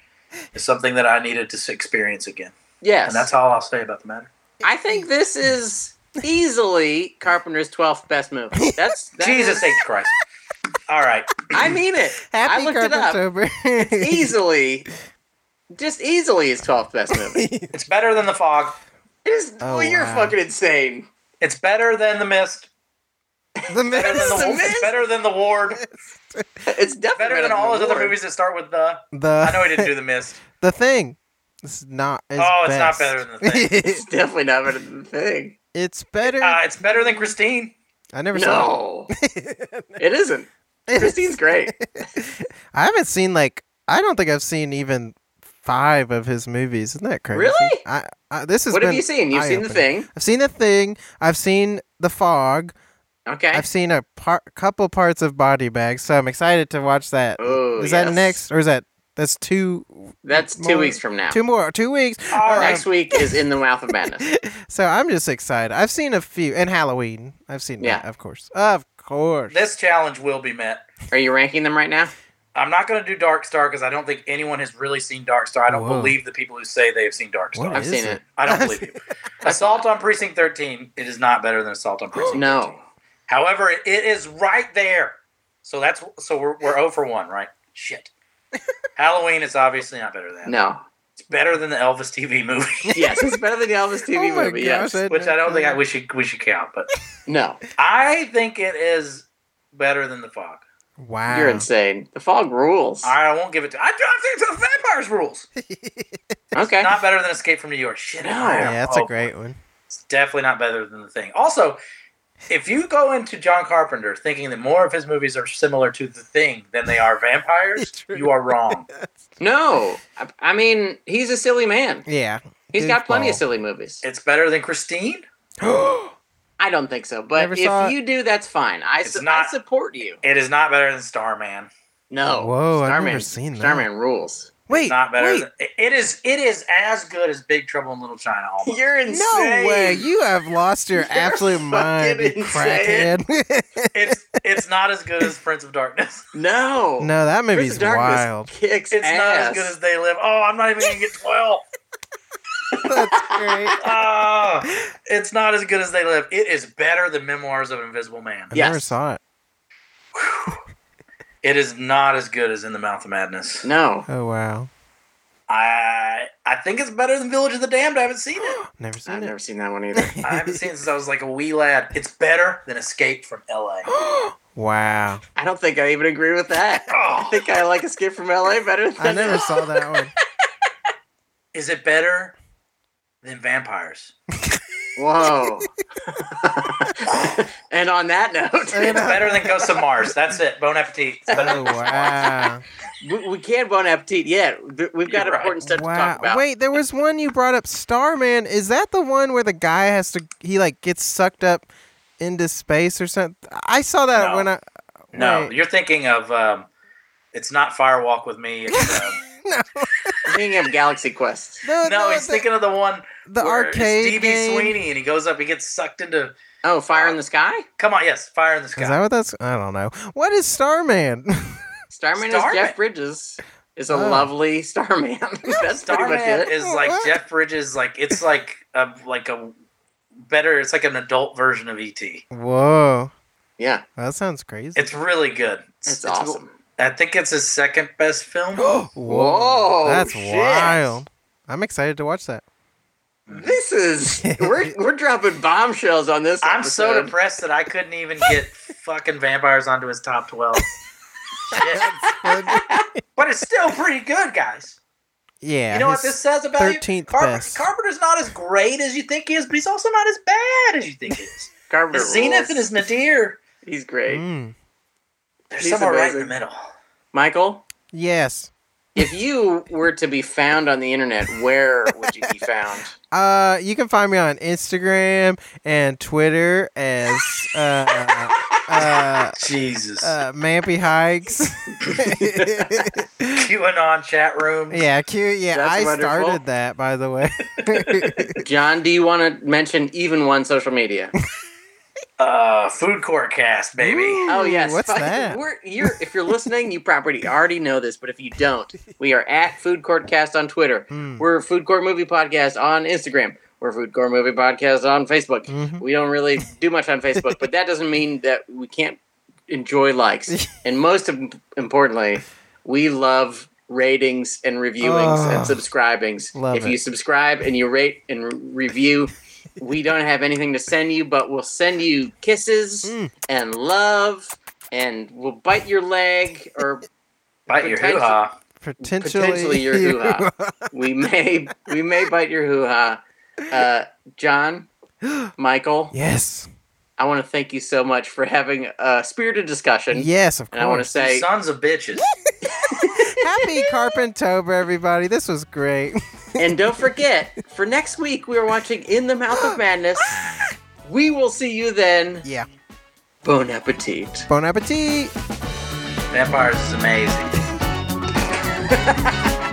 Speaker 2: is something that I needed to s- experience again,
Speaker 1: Yes.
Speaker 2: and that's all I'll say about the matter.
Speaker 1: I think this is easily Carpenter's 12th best movie. That's that
Speaker 2: Jesus
Speaker 1: is-
Speaker 2: H Christ! All right,
Speaker 1: I mean it.
Speaker 3: Happy
Speaker 1: I looked it up.
Speaker 3: Carpentober.
Speaker 1: Easily. Just easily his 12th best movie.
Speaker 2: it's better than the fog.
Speaker 1: It is,
Speaker 3: Oh,
Speaker 1: well, you're
Speaker 3: wow.
Speaker 1: fucking insane.
Speaker 2: It's better than the mist.
Speaker 3: the
Speaker 2: Better than the,
Speaker 1: The
Speaker 2: Wa-
Speaker 3: mist.
Speaker 1: Mist?
Speaker 2: better than the ward.
Speaker 1: It's definitely
Speaker 2: Better than all those other movies that start with the. I know
Speaker 3: The
Speaker 2: he didn't do the mist.
Speaker 3: the thing. It's not. As
Speaker 2: Oh, it's
Speaker 3: best.
Speaker 2: not better than the thing.
Speaker 1: It's definitely not better than the thing.
Speaker 3: it's better.
Speaker 2: Uh, it's better than Christine.
Speaker 3: I never
Speaker 1: No,
Speaker 3: saw.
Speaker 1: it isn't.
Speaker 3: it.
Speaker 1: Christine's great.
Speaker 3: I haven't seen like I don't think I've seen even five of his movies. Isn't that crazy?
Speaker 1: Really?
Speaker 3: I, I this has
Speaker 1: What
Speaker 3: been
Speaker 1: have you seen? You've seen the
Speaker 3: eye-opening.
Speaker 1: thing.
Speaker 3: I've seen the thing. I've seen the fog.
Speaker 1: Okay.
Speaker 3: I've seen a par- couple parts of Body Bag, so I'm excited to watch that. Is
Speaker 1: Oh,
Speaker 3: that
Speaker 1: yes.
Speaker 3: next or is that that's two
Speaker 1: That's two
Speaker 3: more-
Speaker 1: weeks from now.
Speaker 3: two more two weeks? Um,
Speaker 2: All right.
Speaker 1: Next week is in the mouth of madness.
Speaker 3: So I'm just excited. I've seen a few and Halloween. I've seen
Speaker 1: Yeah.
Speaker 3: that, of course, of course.
Speaker 2: This challenge will be met.
Speaker 1: Are you ranking them right now?
Speaker 2: I'm not going to do Dark Star because I don't think anyone has really seen Dark Star. I don't
Speaker 3: Whoa.
Speaker 2: believe the people who say they have seen Dark Star.
Speaker 3: What
Speaker 1: I've
Speaker 3: Oh, is
Speaker 1: seen
Speaker 3: it?
Speaker 1: it.
Speaker 2: I don't believe you. Assault on Precinct 13. It is not better than Assault on Precinct.
Speaker 1: No.
Speaker 2: However, it is oh right there. So that's so we're we're 0 for one, right? Shit. Halloween is obviously not better than that.
Speaker 1: No.
Speaker 2: It's better than the Elvis TV movie,
Speaker 1: Yes, it's better than the Elvis TV
Speaker 3: oh my
Speaker 1: movie.
Speaker 3: gosh,
Speaker 1: Yes.
Speaker 2: which I don't think I, we should we should count. But
Speaker 1: No,
Speaker 2: I think it is better than the fog.
Speaker 3: Wow.
Speaker 1: you're insane. The fog rules.
Speaker 2: I won't give it to. I don't think it's the vampires rules.
Speaker 1: Okay.
Speaker 2: Not better than Escape from New York. Shit.
Speaker 1: No.
Speaker 2: I am
Speaker 3: yeah, that's a
Speaker 1: Oh.
Speaker 2: hoping.
Speaker 3: great one.
Speaker 2: It's definitely not better than the thing. Also, if you go into John Carpenter thinking that more of his movies are similar to the thing than they are vampires,
Speaker 3: True.
Speaker 2: you are wrong.
Speaker 1: No, I, I mean he's a silly man.
Speaker 3: Yeah.
Speaker 1: He's got plenty of
Speaker 3: Goofball.
Speaker 1: silly movies.
Speaker 2: It's better than Christine.
Speaker 1: I don't think so,
Speaker 3: Never
Speaker 1: but
Speaker 3: saw
Speaker 1: if
Speaker 3: it.
Speaker 1: you do, that's fine. I,
Speaker 2: It's
Speaker 1: su-
Speaker 2: not-
Speaker 1: I support you.
Speaker 2: It is not better than Starman.
Speaker 1: No.
Speaker 3: Whoa, I've never seen that.
Speaker 1: Starman rules.
Speaker 3: Wait.
Speaker 2: Not better.
Speaker 3: wait.
Speaker 2: Than, it- it is. It is as good as Big Trouble in Little China. Almost.
Speaker 1: You're insane.
Speaker 3: No way. You have lost your
Speaker 1: You're
Speaker 3: absolute
Speaker 1: fucking
Speaker 3: mind, you
Speaker 1: insane.
Speaker 3: crackhead.
Speaker 2: It's it's not as good as Prince of Darkness.
Speaker 1: No.
Speaker 3: no, that
Speaker 1: Prince
Speaker 3: movie's
Speaker 1: of Darkness
Speaker 3: wild.
Speaker 1: Kicks
Speaker 2: It's not as
Speaker 1: ass.
Speaker 2: good as They Live. Oh, I'm not even gonna get twelve.
Speaker 3: That's great.
Speaker 2: Ah, it's not as good as They Live. It is better than Memoirs of an Invisible Man.
Speaker 3: I
Speaker 1: Yes.
Speaker 3: never saw it.
Speaker 2: It is not as good as In the Mouth of Madness.
Speaker 1: no.
Speaker 3: Oh wow.
Speaker 2: I I think it's better than Village of the Damned. I haven't seen it.
Speaker 3: Never seen
Speaker 1: I've
Speaker 3: it.
Speaker 1: never seen that one either.
Speaker 2: I haven't seen it since I was like a wee lad. It's better than Escape from L.A.
Speaker 3: wow.
Speaker 1: I don't think I even agree with that. I
Speaker 2: Oh,
Speaker 1: think I like Escape from LA better than
Speaker 3: I never saw that one.
Speaker 2: is it better than Vampires?
Speaker 1: Whoa. and on that
Speaker 3: And uh,
Speaker 1: note,
Speaker 2: It's better than Ghosts of Mars. That's it. Bon appetit. It's better
Speaker 3: Oh
Speaker 2: than-
Speaker 3: wow.
Speaker 1: we, we can't bon appetit yet. Th- We've got
Speaker 2: You're right.
Speaker 1: important stuff to
Speaker 3: Wow.
Speaker 1: talk about.
Speaker 3: Wait, there was one you brought up, Starman. Is that the one where the guy has to he like gets sucked up into space or something? I saw that
Speaker 2: No.
Speaker 3: when I
Speaker 2: No,
Speaker 3: wait.
Speaker 2: you're thinking of. Um, it's not Firewalk with me. It's, um,
Speaker 1: Speaking of Galaxy Quest.
Speaker 3: No,
Speaker 2: no, he's
Speaker 3: the,
Speaker 2: thinking of the one
Speaker 3: the
Speaker 2: where it's
Speaker 3: arcade
Speaker 2: DB
Speaker 3: game.
Speaker 2: Sweeney, and he goes up, he gets sucked into.
Speaker 1: Oh, Fire in the Sky?
Speaker 2: Come on, yes, Fire in the
Speaker 3: Is that
Speaker 2: Sky.
Speaker 3: what that's? I don't know. What is Starman?
Speaker 1: Starman,
Speaker 2: Starman.
Speaker 1: is Jeff Bridges. Is a
Speaker 3: Oh.
Speaker 1: lovely Starman. That's pretty much
Speaker 2: Starman
Speaker 1: it.
Speaker 2: is like
Speaker 3: What?
Speaker 2: Jeff Bridges. Like it's like a like a better. It's like an adult version of E ET.
Speaker 3: Whoa,
Speaker 1: Yeah,
Speaker 3: that sounds crazy.
Speaker 2: It's really good.
Speaker 1: it's awesome.
Speaker 2: I think it's his second best film.
Speaker 1: Whoa,
Speaker 3: that's
Speaker 1: shit.
Speaker 3: wild. I'm excited to watch that.
Speaker 1: This is we're we're dropping bombshells on this.
Speaker 2: I'm so
Speaker 1: episode.
Speaker 2: depressed that I couldn't even get fucking vampires onto his top twelve. Shit. But it's still pretty good, guys.
Speaker 3: yeah.
Speaker 2: you know
Speaker 3: his-
Speaker 2: what this says about you?
Speaker 3: 13th
Speaker 2: Carpenter,
Speaker 3: best.
Speaker 2: Carpenter's not as great as you think he is, but he's also not as bad as you think he is.
Speaker 1: Carpenter
Speaker 2: His Zenith
Speaker 1: rules.
Speaker 2: and his Nadir,
Speaker 1: he's great.
Speaker 3: Mm.
Speaker 2: there's
Speaker 1: He's
Speaker 2: somewhere right in the
Speaker 1: amazing.
Speaker 2: middle.
Speaker 3: Uh,
Speaker 1: Michael,
Speaker 3: Yes.
Speaker 1: if you were to be found on the internet, where would you be found?
Speaker 3: Uh, you can find me on Instagram and Twitter as uh, uh,
Speaker 2: Jesus.
Speaker 3: uh, Mampy Hikes.
Speaker 2: QAnon chat room.
Speaker 3: yeah, cute. Yeah,
Speaker 1: That's
Speaker 3: I
Speaker 1: wonderful.
Speaker 3: started that, by the way.
Speaker 1: John, do you want to mention even one social media?
Speaker 2: Uh, food court cast, baby.
Speaker 3: Ooh,
Speaker 1: Oh yes,
Speaker 3: what's
Speaker 1: Fuck,
Speaker 3: that?
Speaker 1: We're, you're, if you're listening, you probably already know this, but if you don't, we are at Food Court Cast on Twitter.
Speaker 3: Mm.
Speaker 1: We're Food Court Movie Podcast on Instagram. We're Food Court Movie Podcast on Facebook.
Speaker 3: Mhm.
Speaker 1: We don't really do much on Facebook, but that doesn't mean that we can't enjoy likes. and most im- importantly, we love ratings and reviewings
Speaker 3: Oh,
Speaker 1: and subscribings.
Speaker 3: love
Speaker 1: if you
Speaker 3: it.
Speaker 1: subscribe and you rate and re- review, we don't have anything to send you, but we'll send you kisses
Speaker 3: Mm.
Speaker 1: and love, and we'll bite your leg, or
Speaker 2: Bite your hoo ha.
Speaker 3: Potentially,
Speaker 1: Potentially your hoo-ha. we may we may bite your hoo ha. Uh, John, Michael,
Speaker 3: yes.
Speaker 1: I want to thank you so much for having a spirited discussion,
Speaker 3: Yes, of course.
Speaker 1: and I want to say
Speaker 2: Sons of bitches.
Speaker 3: Happy Carpentober, everybody. This was great.
Speaker 1: And don't forget, for next week, we are watching In the Mouth of Madness. We will see you then.
Speaker 3: Yeah.
Speaker 1: Bon appetit.
Speaker 3: Bon appetit.
Speaker 2: Vampires is amazing.